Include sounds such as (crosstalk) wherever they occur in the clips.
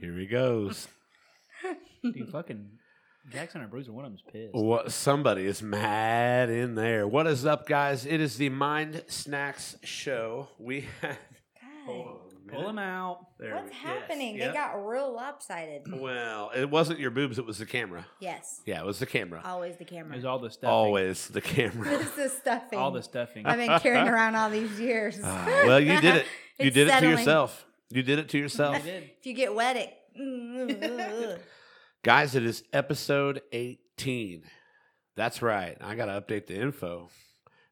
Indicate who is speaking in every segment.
Speaker 1: Here he
Speaker 2: (laughs)
Speaker 1: goes.
Speaker 3: Dude, fucking Jackson or Bruiser, one of them's pissed.
Speaker 1: What somebody is mad in there. What is up, guys? It is the Mind Snacks Show. We have
Speaker 2: God,
Speaker 3: Pull him out.
Speaker 1: There we-
Speaker 2: what's
Speaker 1: yes,
Speaker 2: happening?
Speaker 1: yep.
Speaker 2: They got real lopsided.
Speaker 1: well. It wasn't your boobs. It was the camera.
Speaker 2: Yes,
Speaker 1: Yeah, it was the camera.
Speaker 2: always the
Speaker 3: There's
Speaker 2: camera.
Speaker 3: all the stuffing.
Speaker 1: Always the camera.
Speaker 2: (laughs) This is stuffing.
Speaker 3: All the
Speaker 2: (laughs)
Speaker 3: stuffing.
Speaker 2: I've been carrying around all these years. (laughs)
Speaker 1: Ah, well, you did it. You
Speaker 2: It's
Speaker 1: did it
Speaker 2: settling.
Speaker 1: to yourself. You did it to yourself,
Speaker 3: They did.
Speaker 2: If you get wet, it. (laughs)
Speaker 1: guys. It is episode eighteen. That's right. I got to update the info.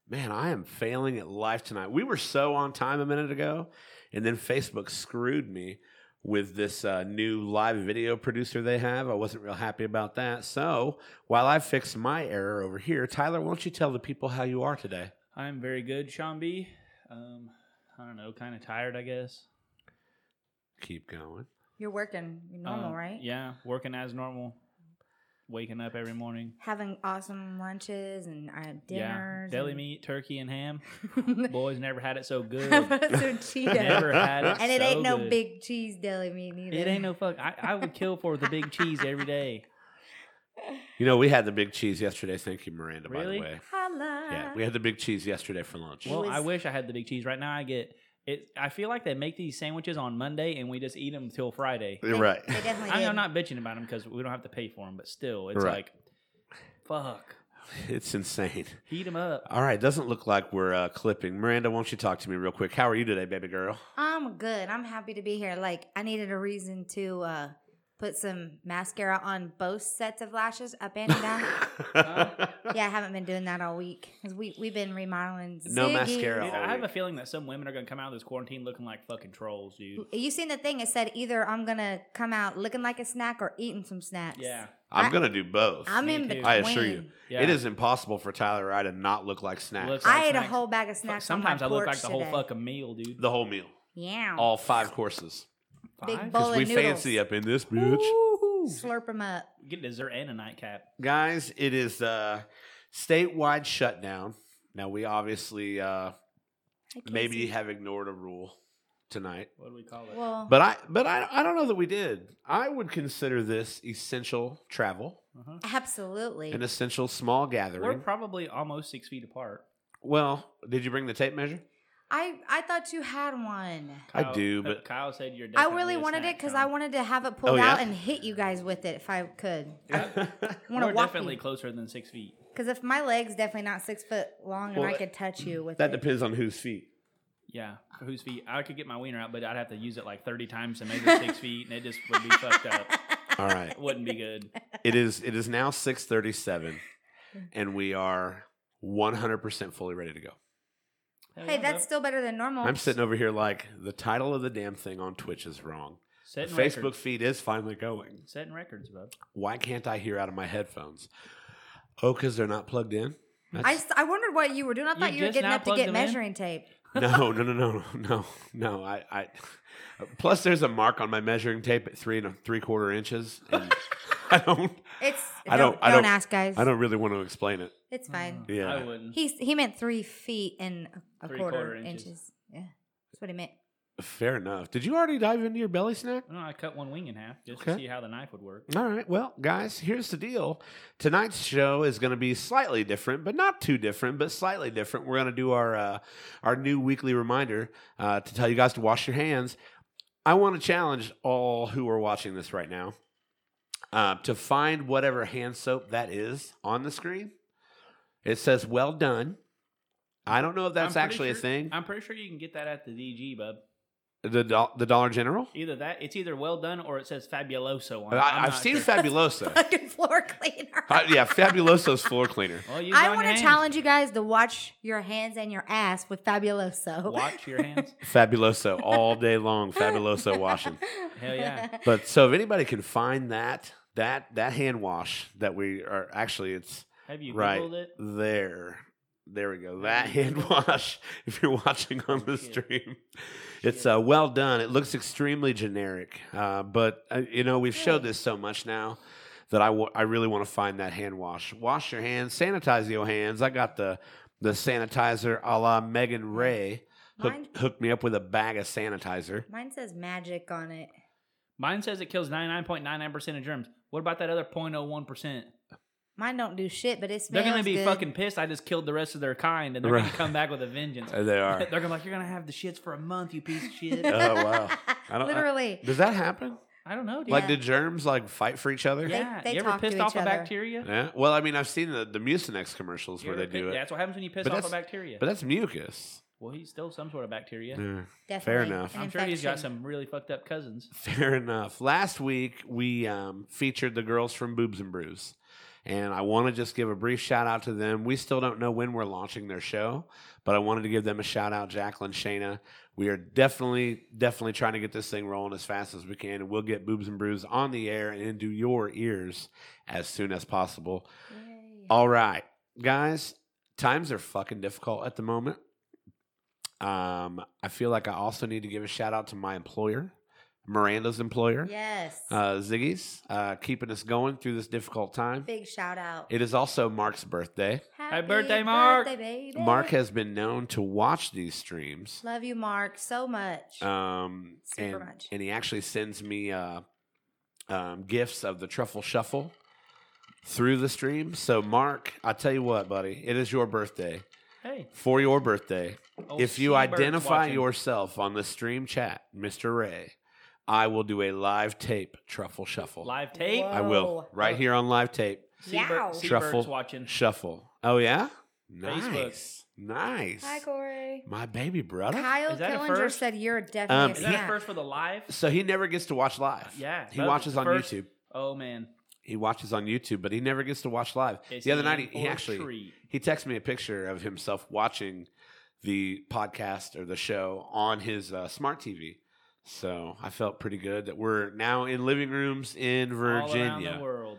Speaker 1: Man, I am failing at life tonight. We were so on time a minute ago, and then Facebook screwed me with this uh, new live video producer they have. I wasn't real happy about that. So while I fix my error over here, Tyler, why don't you tell the people how you are today?
Speaker 3: I'm very good, Sean B. Um, I don't know, kind of tired, I guess.
Speaker 1: Keep going.
Speaker 2: You're working. You're normal,
Speaker 3: Um,
Speaker 2: right?
Speaker 3: Yeah, working as normal, waking up every morning.
Speaker 2: Having awesome lunches and uh, dinners.
Speaker 3: yeah, deli
Speaker 2: and- (laughs)
Speaker 3: meat, turkey, and ham. Boys never had it so good.
Speaker 2: so cheetah.
Speaker 3: never had it.
Speaker 2: and it
Speaker 3: so
Speaker 2: ain't no
Speaker 3: good.
Speaker 2: big cheese deli meat either.
Speaker 3: It ain't no fuck. I, I would kill for the big cheese every day.
Speaker 1: You know, we had the big cheese yesterday. Thank you, Miranda, by the
Speaker 3: Really? Uh-huh.
Speaker 1: way.
Speaker 2: Holla.
Speaker 1: Yeah, we had the big cheese yesterday for lunch.
Speaker 3: Well,
Speaker 2: was-
Speaker 3: I wish I had the big cheese. Right now, I get it. I feel like they make these sandwiches on Monday and we just eat them till Friday.
Speaker 1: You're
Speaker 2: They-
Speaker 1: right. (laughs)
Speaker 2: They definitely
Speaker 3: (laughs) I,
Speaker 2: did.
Speaker 3: I'm not bitching about them because we don't have to pay for them, but still, it's
Speaker 1: Right.
Speaker 3: like, fuck,
Speaker 1: It's insane.
Speaker 3: heat them up.
Speaker 1: All right, doesn't look like we're uh, clipping. Miranda, won't you talk to me real quick? How are you today, baby girl? (laughs)
Speaker 2: I'm good. I'm happy to be here. Like I needed a reason to uh put some mascara on both sets of lashes up and
Speaker 1: (laughs)
Speaker 2: down. yeah, I haven't been doing that all week 'cause we we've been remodeling.
Speaker 1: No
Speaker 2: Ziggy.
Speaker 1: mascara.
Speaker 3: Dude,
Speaker 1: all
Speaker 3: I have a
Speaker 1: week.
Speaker 3: feeling that some women are gonna come out of this quarantine looking like fucking trolls, dude.
Speaker 2: You seen the thing? It said either I'm gonna come out looking like a snack or eating some snacks.
Speaker 3: Yeah,
Speaker 1: I'm
Speaker 2: I-
Speaker 1: gonna do both.
Speaker 2: I'm
Speaker 3: Me
Speaker 2: in
Speaker 3: too.
Speaker 2: between.
Speaker 1: I assure you.
Speaker 3: yeah.
Speaker 1: It is impossible for Tyler or I to not look like snacks.
Speaker 3: Looks-
Speaker 2: I ate a
Speaker 3: Snacks.
Speaker 2: whole bag of
Speaker 3: Fuck,
Speaker 2: snacks. on my
Speaker 3: Sometimes I look
Speaker 2: porch
Speaker 3: like the whole
Speaker 2: today.
Speaker 3: fucking meal, dude.
Speaker 1: the whole meal,
Speaker 2: Yeah.
Speaker 1: all five courses,
Speaker 2: Big
Speaker 3: Five?
Speaker 2: bowl
Speaker 1: because
Speaker 2: All the
Speaker 1: we
Speaker 2: noodles.
Speaker 1: fancy up in this bitch.
Speaker 2: Slurp them up.
Speaker 3: Get dessert and a nightcap.
Speaker 1: guys it is uh statewide shutdown now we obviously uh
Speaker 2: Hey,
Speaker 1: maybe
Speaker 2: Casey.
Speaker 1: have ignored a rule tonight
Speaker 3: What do we call it?
Speaker 2: Well,
Speaker 1: but i but I, I don't know that we did i would consider this essential travel
Speaker 3: uh-huh.
Speaker 2: absolutely.
Speaker 1: an essential small
Speaker 3: We're
Speaker 1: gathering
Speaker 3: probably almost six feet apart.
Speaker 1: well did you bring the tape measure
Speaker 2: I I thought you had one.
Speaker 1: I
Speaker 3: Kyle-
Speaker 1: do, but-
Speaker 3: Kyle said you're.
Speaker 2: I
Speaker 3: definitely
Speaker 2: really
Speaker 3: a
Speaker 2: wanted
Speaker 3: snack,
Speaker 2: it because
Speaker 3: Kyle.
Speaker 2: I wanted to have it pulled
Speaker 1: Oh, yeah?
Speaker 2: out and hit you guys with it if I could. I want
Speaker 3: We're
Speaker 2: to walk
Speaker 3: definitely closer than six feet.
Speaker 2: because if my leg's definitely not six foot long
Speaker 1: Well,
Speaker 2: and
Speaker 1: that-
Speaker 2: I could touch you
Speaker 1: (laughs)
Speaker 2: with
Speaker 1: that
Speaker 2: it.
Speaker 1: depends on whose feet
Speaker 3: Yeah, for whose feet? I could get my wiener out, but I'd have to use it like thirty times to make it
Speaker 2: (laughs)
Speaker 3: six feet, and it just would be fucked up.
Speaker 1: all right
Speaker 3: It wouldn't be good.
Speaker 1: it is it is now 637 and we are 100% fully ready to go
Speaker 2: (laughs)
Speaker 3: Hell
Speaker 2: Hey,
Speaker 3: yeah,
Speaker 2: that's
Speaker 3: bro.
Speaker 2: still better than normal.
Speaker 1: i'm sitting over here like the title of the damn thing on twitch is wrong
Speaker 3: setting
Speaker 1: facebook
Speaker 3: Records.
Speaker 1: feed is finally going
Speaker 3: Setting records, bub.
Speaker 1: why can't I hear out of my headphones? Oh, because they're not plugged in.
Speaker 2: I, s- I wondered what you were doing. I
Speaker 3: You
Speaker 2: thought you, were
Speaker 3: just
Speaker 2: getting
Speaker 3: now
Speaker 2: up to
Speaker 3: plugged
Speaker 2: get
Speaker 3: them in?
Speaker 2: measuring tape.
Speaker 1: no, no, no, no, no, no. I, I. Plus, there's a mark on my measuring tape at three and a three quarter inches. And I don't.
Speaker 2: It's
Speaker 1: I
Speaker 2: don't,
Speaker 1: don't- I don't-
Speaker 2: ask guys.
Speaker 1: I don't really want to explain it.
Speaker 2: It's fine.
Speaker 3: Mm,
Speaker 1: Yeah.
Speaker 3: I wouldn't.
Speaker 2: He's he meant three feet and a- a
Speaker 3: Three
Speaker 2: quarter,
Speaker 3: quarter
Speaker 2: inches.
Speaker 3: inches.
Speaker 2: Yeah, that's what he meant. (laughs)
Speaker 1: Fair enough. Did you already dive into your belly snack?
Speaker 3: No, I cut one wing in half just to
Speaker 1: Okay.
Speaker 3: see how the knife would work.
Speaker 1: All right. Well, guys, here's the deal. Tonight's show is going to be slightly different, but not too different, but slightly different. We're going to do our uh, our new weekly reminder uh, to tell you guys to wash your hands. I want to challenge all who are watching this right now uh, to find whatever hand soap that is on the screen. It says "Well done." I don't know if that's
Speaker 3: I'm pretty
Speaker 1: actually
Speaker 3: sure-
Speaker 1: a thing.
Speaker 3: I'm pretty sure you can get that at the DG, bub.
Speaker 1: the Dol- the Dollar General.
Speaker 3: Either that, it's either well done or it says fabuloso on it. I'm
Speaker 1: I, I've
Speaker 3: not
Speaker 1: seen
Speaker 3: sure. (laughs)
Speaker 1: Fabuloso.
Speaker 2: Fucking floor cleaner.
Speaker 1: Uh, yeah, Fabuloso's floor cleaner.
Speaker 3: Well, use it on
Speaker 2: I
Speaker 3: your
Speaker 2: want to
Speaker 3: hands.
Speaker 2: challenge you guys to watch your hands and your ass with Fabuloso.
Speaker 3: Watch your hands.
Speaker 1: Fabuloso all day long. Fabuloso washing.
Speaker 2: (laughs)
Speaker 3: Hell yeah.
Speaker 1: But so if anybody can find that that that hand wash that we are actually it's
Speaker 3: Have you
Speaker 1: (laughs) Right.
Speaker 3: googled it?
Speaker 1: there. There we go. That hand wash. If you're watching on the
Speaker 3: Shit.
Speaker 1: stream, it's uh, well done. It looks extremely generic, uh, but uh, you know we've showed this so much now that I wa- I really want to find that hand wash. Wash your hands. Sanitize your hands. I got the the sanitizer a la Megan Ray. Hook,
Speaker 2: Mine-
Speaker 1: hooked me up with a bag of sanitizer.
Speaker 2: Mine says magic on it.
Speaker 3: Mine says it kills 99.99% of germs. What about that other 0.01%?
Speaker 2: Mine don't do shit, but it
Speaker 3: They're
Speaker 2: smells
Speaker 3: going to be
Speaker 2: good. (laughs)
Speaker 3: fucking pissed I just killed the rest of their kind and they're going
Speaker 1: Right.
Speaker 3: to come back with
Speaker 1: (laughs)
Speaker 3: a vengeance. (laughs)
Speaker 1: Uh, They are.
Speaker 3: They're going to be like, you're going to have the shits for a month,
Speaker 2: (laughs)
Speaker 3: you piece of shit.
Speaker 1: Oh, wow. I don't- I-
Speaker 2: Literally.
Speaker 1: Does that happen?
Speaker 3: I don't know, dude.
Speaker 1: Like,
Speaker 2: Yeah.
Speaker 1: did germs like fight for each other?
Speaker 2: They-
Speaker 3: yeah.
Speaker 2: they
Speaker 3: you ever
Speaker 2: talk to
Speaker 3: pissed
Speaker 2: each
Speaker 3: off a
Speaker 2: other.
Speaker 3: bacteria?
Speaker 1: Yeah. Well, I mean, I've seen the, the Mucinex commercials
Speaker 3: You
Speaker 1: where
Speaker 3: ever
Speaker 1: they do
Speaker 3: pi-
Speaker 1: it,
Speaker 3: That's what happens when you piss
Speaker 1: But
Speaker 3: off a
Speaker 1: that's-
Speaker 3: bacteria.
Speaker 1: but that's mucus.
Speaker 3: well, he's still some sort of bacteria.
Speaker 1: Yeah.
Speaker 2: Definitely
Speaker 1: enough.
Speaker 2: an
Speaker 3: I'm sure he's got
Speaker 2: infection.
Speaker 3: some really fucked up cousins.
Speaker 1: (laughs) Fair enough. Last week we um, featured the girls from Boobs and Brews, and I want to just give a brief shout out to them. We still don't know when we're launching their show, but I wanted to give them a shout out, Jacqueline, Shayna. We are definitely, definitely trying to get this thing rolling as fast as we can, and we'll get Boobs and Brews on the air and into your ears as soon as possible.
Speaker 2: Yay.
Speaker 1: All right, guys, times are fucking difficult at the moment. Um, I feel like I also need to give a shout out to my employer, Miranda's employer,
Speaker 2: Yes.
Speaker 1: uh, Ziggy's, uh, keeping us going through this difficult time.
Speaker 2: Big shout out.
Speaker 1: It is also Mark's birthday.
Speaker 2: Happy
Speaker 3: birthday, Mark.
Speaker 2: birthday, baby.
Speaker 1: Mark has been known to watch these streams.
Speaker 2: Love you, Mark, so much.
Speaker 1: Um,
Speaker 2: Super
Speaker 1: and,
Speaker 2: much.
Speaker 1: and he actually sends me uh, um, gifts of the truffle shuffle through the stream. So, Mark, I tell you what, buddy, it is your birthday.
Speaker 3: Hey,
Speaker 1: For your birthday,
Speaker 3: old
Speaker 1: if you
Speaker 3: seabird's
Speaker 1: identify
Speaker 3: watching.
Speaker 1: yourself on the stream chat, Mr. Ray, I will do a live tape truffle shuffle.
Speaker 3: live tape,
Speaker 2: Whoa.
Speaker 1: I
Speaker 3: Oh.
Speaker 1: will right here on live tape
Speaker 2: Yow.
Speaker 3: seabird,
Speaker 1: Truffle.
Speaker 3: seabird's watching.
Speaker 1: shuffle. Oh yeah,
Speaker 3: Facebook.
Speaker 1: nice, nice.
Speaker 2: Hi, Corey.
Speaker 1: My baby brother.
Speaker 2: Kyle
Speaker 3: Is that a
Speaker 2: Killinger
Speaker 3: first?
Speaker 2: said you're
Speaker 1: Um,
Speaker 2: definitely
Speaker 3: Is
Speaker 2: a
Speaker 3: that
Speaker 2: snap.
Speaker 3: a first for the live?
Speaker 1: So he never gets to watch live.
Speaker 3: Yeah,
Speaker 1: he
Speaker 3: that was
Speaker 1: watches
Speaker 3: the
Speaker 1: on
Speaker 3: first-
Speaker 1: YouTube.
Speaker 3: Oh man,
Speaker 1: He watches on YouTube, but he never gets to watch live.
Speaker 3: It's
Speaker 1: the other
Speaker 3: in
Speaker 1: night, he, he
Speaker 3: for a
Speaker 1: actually
Speaker 3: treat.
Speaker 1: he texted me a picture of himself watching the podcast or the show on his uh, smart TV. So I felt pretty good that we're now in living rooms in
Speaker 3: all around the
Speaker 1: Virginia.
Speaker 3: world,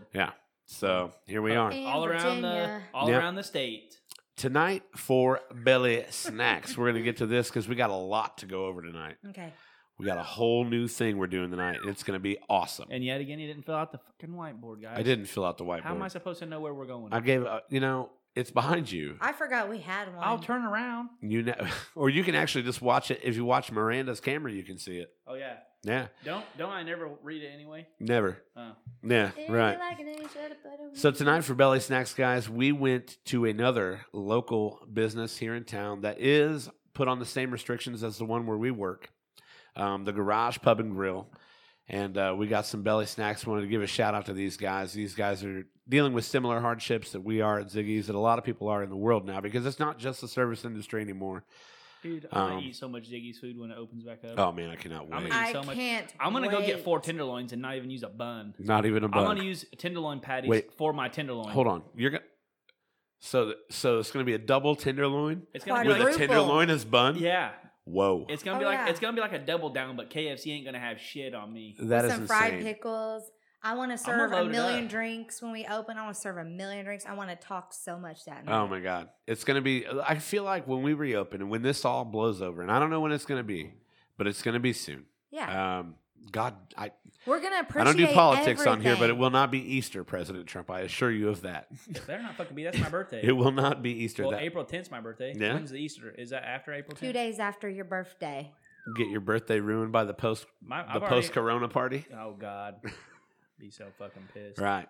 Speaker 1: So here we are.
Speaker 2: In
Speaker 3: all around the
Speaker 2: Virginia.
Speaker 3: all
Speaker 1: Yeah.
Speaker 3: around the state.
Speaker 1: Tonight for belly snacks. We're going to get to this because we got a lot to go over tonight.
Speaker 2: Okay.
Speaker 1: We got a whole new thing we're doing tonight, and it's going to be awesome.
Speaker 3: And yet again, he didn't fill out the fucking whiteboard, guys.
Speaker 1: I didn't fill out the whiteboard.
Speaker 3: How am I supposed to know where we're going?
Speaker 1: I gave, uh, you know, it's behind you.
Speaker 2: I forgot we had one.
Speaker 3: I'll turn around.
Speaker 1: You know, (laughs) or you can actually just watch it. If you watch Miranda's camera, you can see it.
Speaker 3: Oh yeah,
Speaker 1: Yeah,
Speaker 3: don't don't I never read it anyway?
Speaker 1: never.
Speaker 3: Oh.
Speaker 1: Yeah,
Speaker 2: If you
Speaker 1: right.
Speaker 2: like an inch of butter-
Speaker 1: So tonight for Belly Snacks, guys, we went to another local business here in town that is put on the same restrictions as the one where we work, um, the Garage Pub and Grill, and uh, we got some belly snacks. Wanted to give a shout out to these guys. These guys are dealing with similar hardships that we are at Ziggy's, that a lot of people are in the world now, because it's not just the service industry anymore.
Speaker 3: Dude, I'm
Speaker 1: Um,
Speaker 3: gonna eat so much Ziggy's food when it opens back up.
Speaker 1: Oh man, I cannot
Speaker 3: I'm
Speaker 1: wait.
Speaker 3: gonna-
Speaker 2: I
Speaker 3: so much-
Speaker 2: can't.
Speaker 3: I'm gonna go get
Speaker 2: wait.
Speaker 3: four tenderloins and not even use a bun.
Speaker 1: Not even a
Speaker 3: I'm
Speaker 1: bug.
Speaker 3: gonna use tenderloin patties
Speaker 1: Wait.
Speaker 3: for my tenderloin.
Speaker 1: Hold on, you're gonna. So, th- so it's gonna be a double tenderloin
Speaker 3: It's gonna be
Speaker 1: with
Speaker 3: like
Speaker 1: a
Speaker 2: Quadruple.
Speaker 1: tenderloin as bun.
Speaker 3: yeah.
Speaker 1: Whoa.
Speaker 3: It's gonna
Speaker 2: Oh,
Speaker 3: be like
Speaker 2: yeah.
Speaker 3: it's gonna be like a double down, but KFC ain't gonna have shit on
Speaker 1: (laughs)
Speaker 3: me.
Speaker 1: That is
Speaker 2: some fried
Speaker 1: insane.
Speaker 2: pickles. I want to serve a
Speaker 3: load it
Speaker 2: million
Speaker 3: up.
Speaker 2: drinks when we open. I want to serve a million drinks. I want to talk so much that night.
Speaker 1: Oh my god, it's gonna be. I feel like when we reopen and when this all blows over, and I don't know when it's gonna be, but it's gonna be soon.
Speaker 2: yeah,
Speaker 1: Um, God, I
Speaker 2: we're gonna
Speaker 1: I
Speaker 2: appreciate.
Speaker 1: don't do politics on here, but it
Speaker 2: everything.
Speaker 1: will not be Easter, President Trump. I assure you of that.
Speaker 3: It better not fucking be. That's my birthday.
Speaker 1: It will not be Easter.
Speaker 3: well,
Speaker 1: that
Speaker 3: April 10th is my birthday.
Speaker 1: Yeah.
Speaker 3: When's the Easter? Is that after April 10th?
Speaker 2: two days after your birthday.
Speaker 1: get your birthday ruined by the post
Speaker 3: My,
Speaker 1: the
Speaker 3: I've already-
Speaker 1: post Corona party.
Speaker 3: Oh God,
Speaker 1: (laughs)
Speaker 3: be so fucking pissed.
Speaker 1: Right.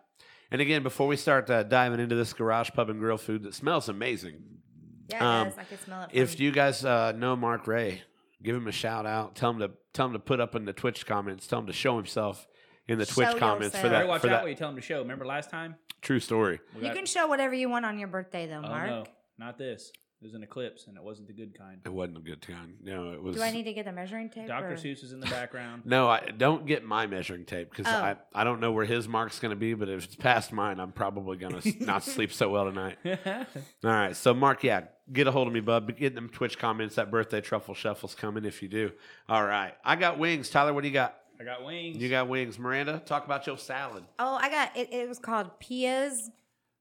Speaker 1: And again, before we start uh, diving into this garage pub and grill food that smells amazing,
Speaker 2: Yeah,
Speaker 1: Um,
Speaker 2: guys, I can smell it.
Speaker 1: if
Speaker 2: from-
Speaker 1: you guys uh, know Mark Ray, give him a shout out. Tell him to tell him to put up in the Twitch comments. Tell him to show himself in the
Speaker 2: Show
Speaker 1: Twitch comments for
Speaker 2: yourself.
Speaker 3: Better
Speaker 1: that
Speaker 3: watch
Speaker 1: for
Speaker 3: out
Speaker 1: that
Speaker 3: what you tell them to show. Remember last time?
Speaker 1: true story.
Speaker 3: We
Speaker 2: you
Speaker 3: got-
Speaker 2: can show whatever you want on your birthday, though,
Speaker 3: Oh
Speaker 2: Mark.
Speaker 3: no, not this. It was an eclipse, and it wasn't the good kind.
Speaker 1: It wasn't a good time. No, it was.
Speaker 2: Do I need to get the measuring tape?
Speaker 3: Dr.
Speaker 2: or-
Speaker 3: Seuss is in
Speaker 1: (laughs)
Speaker 3: the background. (laughs)
Speaker 1: no, I don't get my measuring tape because
Speaker 2: Oh.
Speaker 1: I, I don't know where his mark's going to be, but if it's past mine, I'm probably going
Speaker 2: (laughs)
Speaker 1: to not sleep so well tonight. All right, so Mark, yeah, get a hold of me, bub. But Get them Twitch comments. That birthday truffle shuffle's coming if you do. All right, I got wings. Tyler, what do you got?
Speaker 3: I got wings.
Speaker 1: You got wings. Miranda, talk about your salad.
Speaker 2: Oh, I got it. It was called Pia's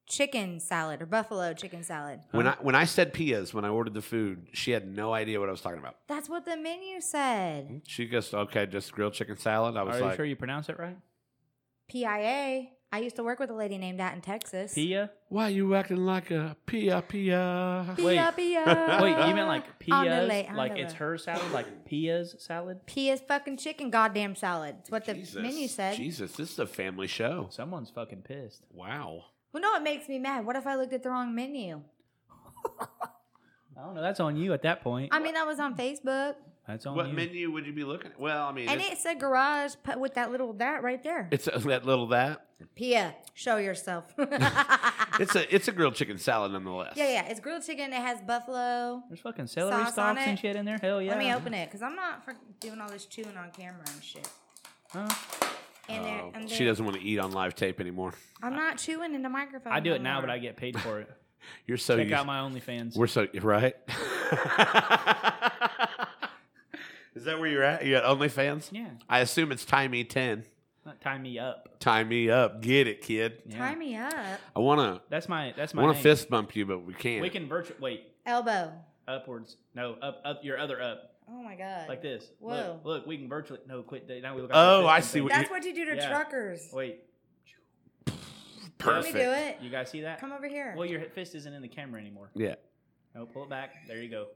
Speaker 2: chicken salad or buffalo chicken salad.
Speaker 1: When I when I said Pia's when I ordered the food, she had no idea what I was talking about.
Speaker 2: That's what the menu said.
Speaker 1: She goes, "Okay, just grilled chicken salad." I was
Speaker 3: Are you
Speaker 1: like,
Speaker 3: sure you pronounce it right?
Speaker 2: P I A. I used to work with a lady named that in Texas.
Speaker 3: Pia?
Speaker 1: Why you acting like a pia pia?
Speaker 3: Wait.
Speaker 2: Pia, Pia.
Speaker 3: Wait, you meant
Speaker 2: (laughs)
Speaker 3: like
Speaker 2: I'll know
Speaker 3: Pia's?
Speaker 2: late- I'll
Speaker 3: Like
Speaker 2: know
Speaker 3: it's
Speaker 2: late.
Speaker 3: her salad?
Speaker 1: (laughs)
Speaker 3: Like Pia's salad?
Speaker 2: Pia's fucking chicken goddamn salad. It's what the menu said.
Speaker 1: Jesus, this is a family show.
Speaker 3: Someone's fucking pissed.
Speaker 1: Wow.
Speaker 2: Well, no, it makes me mad. What if I looked at the wrong menu?
Speaker 3: I don't know. That's on you at that point.
Speaker 2: I mean, I was on Facebook,
Speaker 3: That's on
Speaker 1: what
Speaker 3: you.
Speaker 1: menu would you be looking at? Well, I mean,
Speaker 2: and
Speaker 1: it's,
Speaker 2: it said garage pu- with that little that right there.
Speaker 1: it's a, that little that.
Speaker 2: Pia, show
Speaker 3: (laughs)
Speaker 2: yourself. (laughs) yeah,
Speaker 1: It's a it's a grilled chicken salad nonetheless.
Speaker 2: yeah. It's grilled chicken. It has buffalo.
Speaker 3: There's fucking celery
Speaker 2: Sauce on
Speaker 3: stalks and
Speaker 2: it?
Speaker 3: shit in there. Hell yeah.
Speaker 2: Let me open it because I'm not for doing all this chewing on camera and shit.
Speaker 3: Huh?
Speaker 2: And there,
Speaker 1: Oh,
Speaker 2: and
Speaker 1: she
Speaker 2: there-
Speaker 1: doesn't want to eat on live tape anymore.
Speaker 2: I'm not chewing in the microphone.
Speaker 3: I do it now,
Speaker 2: anymore.
Speaker 3: but I get paid for
Speaker 1: (laughs)
Speaker 3: it.
Speaker 1: You're so
Speaker 3: Check
Speaker 1: used.
Speaker 3: out my OnlyFans.
Speaker 1: Oh, we're so right. (laughs) is that where you're at? You got OnlyFans?
Speaker 3: yeah.
Speaker 1: I assume it's time me ten.
Speaker 3: Not Tie me up.
Speaker 1: Tie me up. Get it, kid.
Speaker 3: Yeah.
Speaker 2: Tie me up.
Speaker 1: I wanna
Speaker 3: That's my that's
Speaker 1: I
Speaker 3: my
Speaker 1: wanna
Speaker 3: name.
Speaker 1: fist bump you, but we can't.
Speaker 3: We can virtual wait
Speaker 2: Elbow.
Speaker 3: upwards. No, up up your other up
Speaker 2: Oh my god.
Speaker 3: like this.
Speaker 2: Whoa.
Speaker 3: Look, look, we can virtually no quit. Now we look.
Speaker 1: Oh,
Speaker 3: like
Speaker 1: I
Speaker 3: this
Speaker 1: see
Speaker 3: and
Speaker 1: what
Speaker 2: That's what you do to
Speaker 3: Yeah.
Speaker 2: truckers.
Speaker 3: things. Wait,
Speaker 2: Let me
Speaker 1: Perfect.
Speaker 2: do it.
Speaker 3: you guys see that?
Speaker 2: Come over here.
Speaker 3: Well, your fist isn't in the camera anymore.
Speaker 1: Yeah.
Speaker 3: No, pull it back. There you go.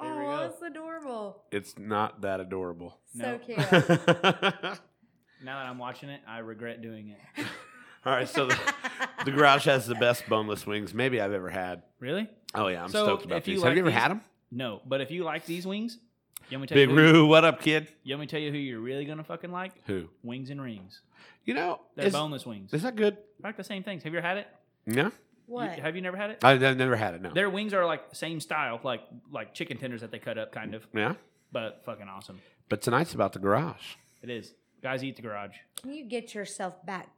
Speaker 3: here we
Speaker 2: oh,
Speaker 3: go.
Speaker 2: it's adorable.
Speaker 1: It's not that adorable.
Speaker 2: So
Speaker 3: No. (laughs)
Speaker 2: cute.
Speaker 3: Now that I'm watching it, I regret doing it.
Speaker 1: (laughs)
Speaker 2: (laughs)
Speaker 1: All right, so the, the garage has the best boneless wings maybe I've ever had.
Speaker 3: Really?
Speaker 1: Oh yeah, I'm
Speaker 3: So,
Speaker 1: stoked about
Speaker 3: if you
Speaker 1: these. Have you
Speaker 3: like
Speaker 1: ever
Speaker 3: these-
Speaker 1: had them?
Speaker 3: No, but if you like these wings, you want me to tell
Speaker 1: Big
Speaker 3: you who,
Speaker 1: Roo, what up, kid?
Speaker 3: you want me to tell you who you're really gonna fucking like?
Speaker 1: Who?
Speaker 3: Wings and rings.
Speaker 1: You know,
Speaker 3: They're
Speaker 1: is,
Speaker 3: boneless wings.
Speaker 1: is that good?
Speaker 3: I like the same things. Have you ever had it?
Speaker 1: No,
Speaker 3: You-
Speaker 2: (laughs) what?
Speaker 3: have you never had it?
Speaker 1: I, have never had it. No.
Speaker 3: Their wings are like same style, like like chicken tenders that they cut up, kind of,
Speaker 1: yeah,
Speaker 3: but fucking awesome.
Speaker 1: but tonight's about the garage.
Speaker 3: It is. Guys, eat the garage.
Speaker 2: Can you get yourself back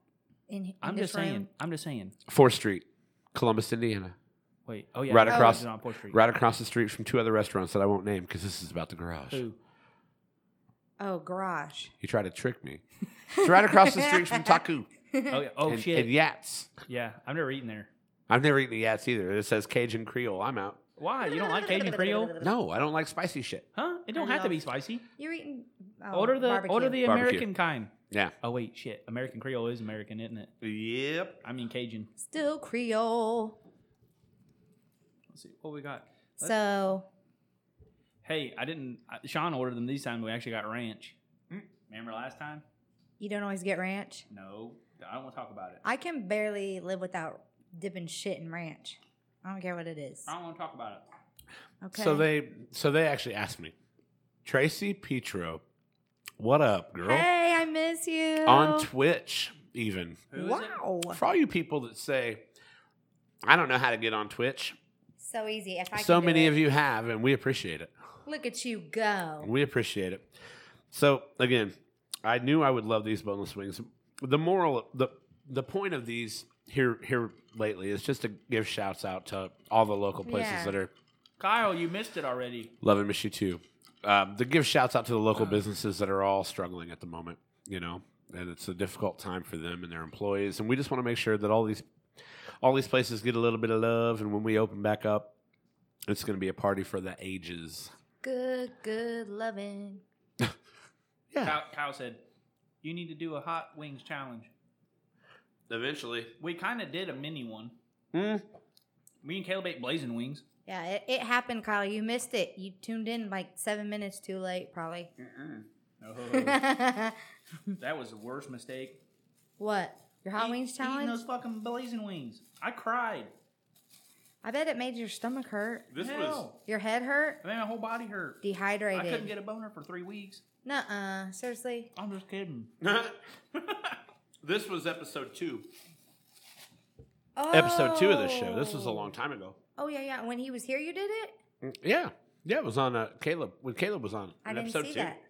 Speaker 2: in, in
Speaker 3: I'm
Speaker 2: this
Speaker 3: just
Speaker 2: room?
Speaker 3: saying. I'm just saying.
Speaker 1: Fourth Street, Columbus, Indiana,
Speaker 3: Wait. Oh yeah.
Speaker 1: Right
Speaker 3: the garage
Speaker 1: across-
Speaker 3: is on Fourth Street.
Speaker 1: right across the street from two other restaurants that I won't name because this is about the garage.
Speaker 2: (laughs)
Speaker 3: Ooh.
Speaker 2: Oh gosh.
Speaker 1: You try to trick me. It's right across the street
Speaker 3: (laughs)
Speaker 1: from Taku
Speaker 3: Oh, yeah. oh
Speaker 1: and,
Speaker 3: shit.
Speaker 1: and
Speaker 3: yeah.
Speaker 1: Yats.
Speaker 3: I've never eaten there.
Speaker 1: I've never eaten the Yats either. It says Cajun Creole. I'm out.
Speaker 3: Why? You don't
Speaker 2: (laughs)
Speaker 3: like Cajun Creole?
Speaker 1: No, I don't like spicy shit.
Speaker 3: Huh? It don't have to be spicy.
Speaker 2: You're eating. Oh,
Speaker 3: order the
Speaker 2: barbecue.
Speaker 3: order the
Speaker 1: Barbecue.
Speaker 3: American kind.
Speaker 1: Yeah.
Speaker 3: Oh wait, shit. American Creole is American, isn't it?
Speaker 1: Yep.
Speaker 3: I mean Cajun.
Speaker 2: still Creole.
Speaker 3: Let's see what we got. Let's-
Speaker 2: So
Speaker 3: hey, I didn't. I, Sean ordered them these time. We actually got ranch.
Speaker 2: Mm.
Speaker 3: Remember last time?
Speaker 2: you don't always get ranch.
Speaker 3: No, I don't want to talk about it.
Speaker 2: I can barely live without dipping shit in ranch. I don't care what it is.
Speaker 3: I don't want to talk about it.
Speaker 2: Okay.
Speaker 1: So they so they actually asked me, Tracy Petro, what up, girl?
Speaker 2: Hey, I miss you.
Speaker 1: On Twitch, even
Speaker 3: Who is it?
Speaker 2: wow.
Speaker 1: for all you people that say, I don't know how to get on Twitch.
Speaker 2: So easy. If I
Speaker 1: so
Speaker 2: can do
Speaker 1: many
Speaker 2: it.
Speaker 1: of you have, and we appreciate it.
Speaker 2: Look at you go.
Speaker 1: We appreciate it. So again, I knew I would love these boneless wings. The moral, the the point of these here here lately is just to give shouts out to all the local places
Speaker 2: Yeah.
Speaker 1: that are
Speaker 3: Kyle, you missed
Speaker 2: (laughs)
Speaker 3: it already.
Speaker 1: loving Miss You Too. Um, to give shouts out to the local businesses that are all struggling at the moment, you know, and it's a difficult time for them and their employees. And we just want to make sure that all these all these places get a little bit of love. And when we open back up, it's going to be a party for the ages.
Speaker 2: Good, good loving.
Speaker 1: Yeah,
Speaker 3: Kyle, Kyle said, "You need to do a hot wings challenge."
Speaker 1: eventually.
Speaker 3: We kind of did a mini one.
Speaker 1: Mm.
Speaker 3: Me and Caleb ate blazing wings.
Speaker 2: Yeah, it, it happened, Kyle. You missed it. You tuned in like seven minutes too late, probably. (laughs)
Speaker 3: Oh, (laughs) that was the worst mistake.
Speaker 2: what? Your hot
Speaker 3: Eat-
Speaker 2: wings
Speaker 3: Eating
Speaker 2: challenge?
Speaker 3: those fucking blazing wings. I cried.
Speaker 2: I bet it made your stomach hurt.
Speaker 1: This
Speaker 3: Hell.
Speaker 2: Your head hurt?
Speaker 3: I mean, my whole body hurt. I
Speaker 2: Dehydrated.
Speaker 3: couldn't get a boner for three weeks.
Speaker 2: Nuh-uh. Seriously?
Speaker 3: I'm just kidding.
Speaker 1: was (laughs) this was episode two.
Speaker 2: Oh.
Speaker 1: Episode two of this show. This was a long time ago.
Speaker 2: Oh, yeah, yeah. When he was here, you did it?
Speaker 1: Mm, Yeah, yeah, it was on uh, Caleb when Caleb was on.
Speaker 2: I
Speaker 1: in
Speaker 2: didn't
Speaker 1: episode
Speaker 2: see
Speaker 1: two.
Speaker 2: that.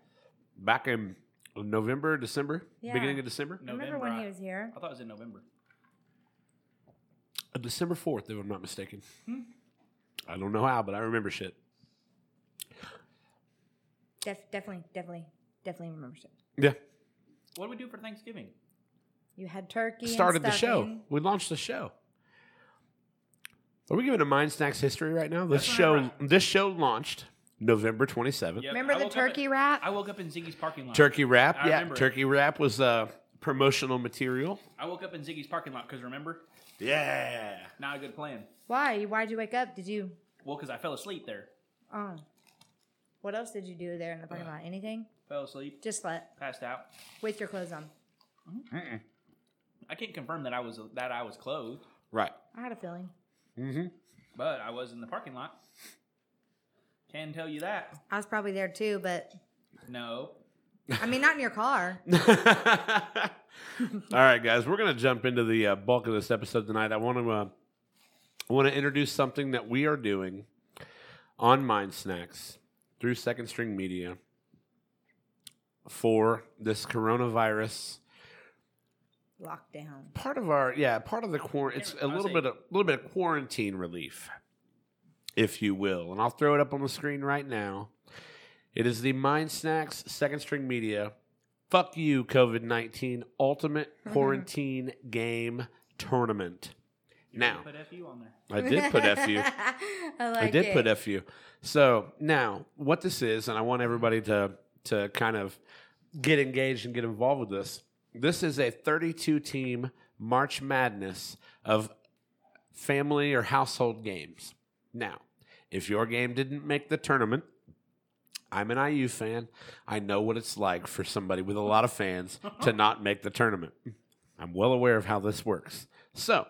Speaker 1: back in November, December,
Speaker 2: Yeah.
Speaker 1: beginning of December,
Speaker 2: I remember when he was here.
Speaker 3: I thought it was in November.
Speaker 1: Uh, December fourth, if I'm not mistaken.
Speaker 2: Hmm?
Speaker 1: I don't know how, but I remember shit.
Speaker 2: Def- definitely, definitely, definitely remember it.
Speaker 1: Yeah,
Speaker 3: What did we do for Thanksgiving?
Speaker 2: You had turkey. and
Speaker 1: started the show.
Speaker 2: stuffing.
Speaker 1: We launched the show. Are we giving a Mind Snacks history right now? This
Speaker 3: That's
Speaker 1: show,
Speaker 3: right.
Speaker 1: this show launched November 27th.
Speaker 3: Yep,
Speaker 2: Remember
Speaker 3: I
Speaker 2: the
Speaker 3: woke up in-
Speaker 2: turkey wrap?
Speaker 3: I woke up in Ziggy's parking lot.
Speaker 1: Turkey wrap,
Speaker 3: I
Speaker 1: yeah.
Speaker 3: remember it.
Speaker 1: Turkey wrap was uh, promotional material.
Speaker 3: I woke up in Ziggy's parking lot because remember,
Speaker 1: Yeah.
Speaker 3: not a good plan.
Speaker 2: Why? Why'd you wake up? Did you?
Speaker 3: Well, because I fell asleep there.
Speaker 2: Oh. What else did you do there in the parking lot? Anything?
Speaker 3: Fell asleep,
Speaker 2: Just let
Speaker 3: passed out.
Speaker 2: with your clothes on.
Speaker 3: I can't confirm that I was that I was clothed,
Speaker 1: Right. (laughs)
Speaker 2: I had a feeling.
Speaker 1: Mm-hmm.
Speaker 3: but I was in the parking lot. Can tell you that.
Speaker 2: I was probably there too, but
Speaker 3: No,
Speaker 2: I mean, not in your car.
Speaker 1: All right, guys, we're gonna jump into the uh, bulk of this episode tonight. I want to uh, I want to introduce something that we are doing on Mind Snacks through Second String Media for this coronavirus
Speaker 2: Lockdown.
Speaker 1: part of our yeah part of the quarantine. It's a
Speaker 3: I'll
Speaker 1: little
Speaker 3: say-
Speaker 1: bit a little bit of quarantine relief, if you will, and I'll throw it up on the screen right now. It is the Mind Snacks Second String Media. Fuck you, COVID nineteen Ultimate Quarantine Game Tournament.
Speaker 3: you
Speaker 1: Now.
Speaker 3: put fu on there.
Speaker 1: I did put fu.
Speaker 2: (laughs) I
Speaker 1: (laughs)
Speaker 2: like
Speaker 1: I did
Speaker 2: it.
Speaker 1: put F you. So now, what this is, and I want everybody to to kind of get engaged and get involved with this. This is a 32 team March Madness of family or household games. Now, if your game didn't make the tournament, I'm an IU fan. I know what it's like for somebody with a lot of fans to not make the tournament. I'm well aware of how this works. So,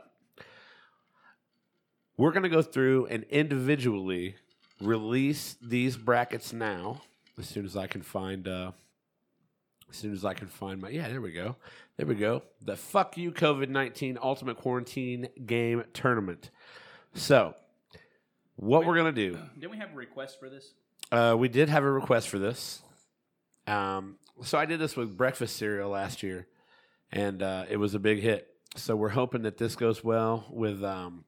Speaker 1: we're going to go through and individually release these brackets now as soon as I can find uh as soon as I can find my yeah, there we go. There we go. The fuck you COVID-19 ultimate quarantine game tournament. So, what we're going to do
Speaker 3: Didn't we have a request for this?
Speaker 1: uh, we did have a request for this. Um, so I did this with breakfast cereal last year, and uh, it was a big hit. So we're hoping that this goes well with um,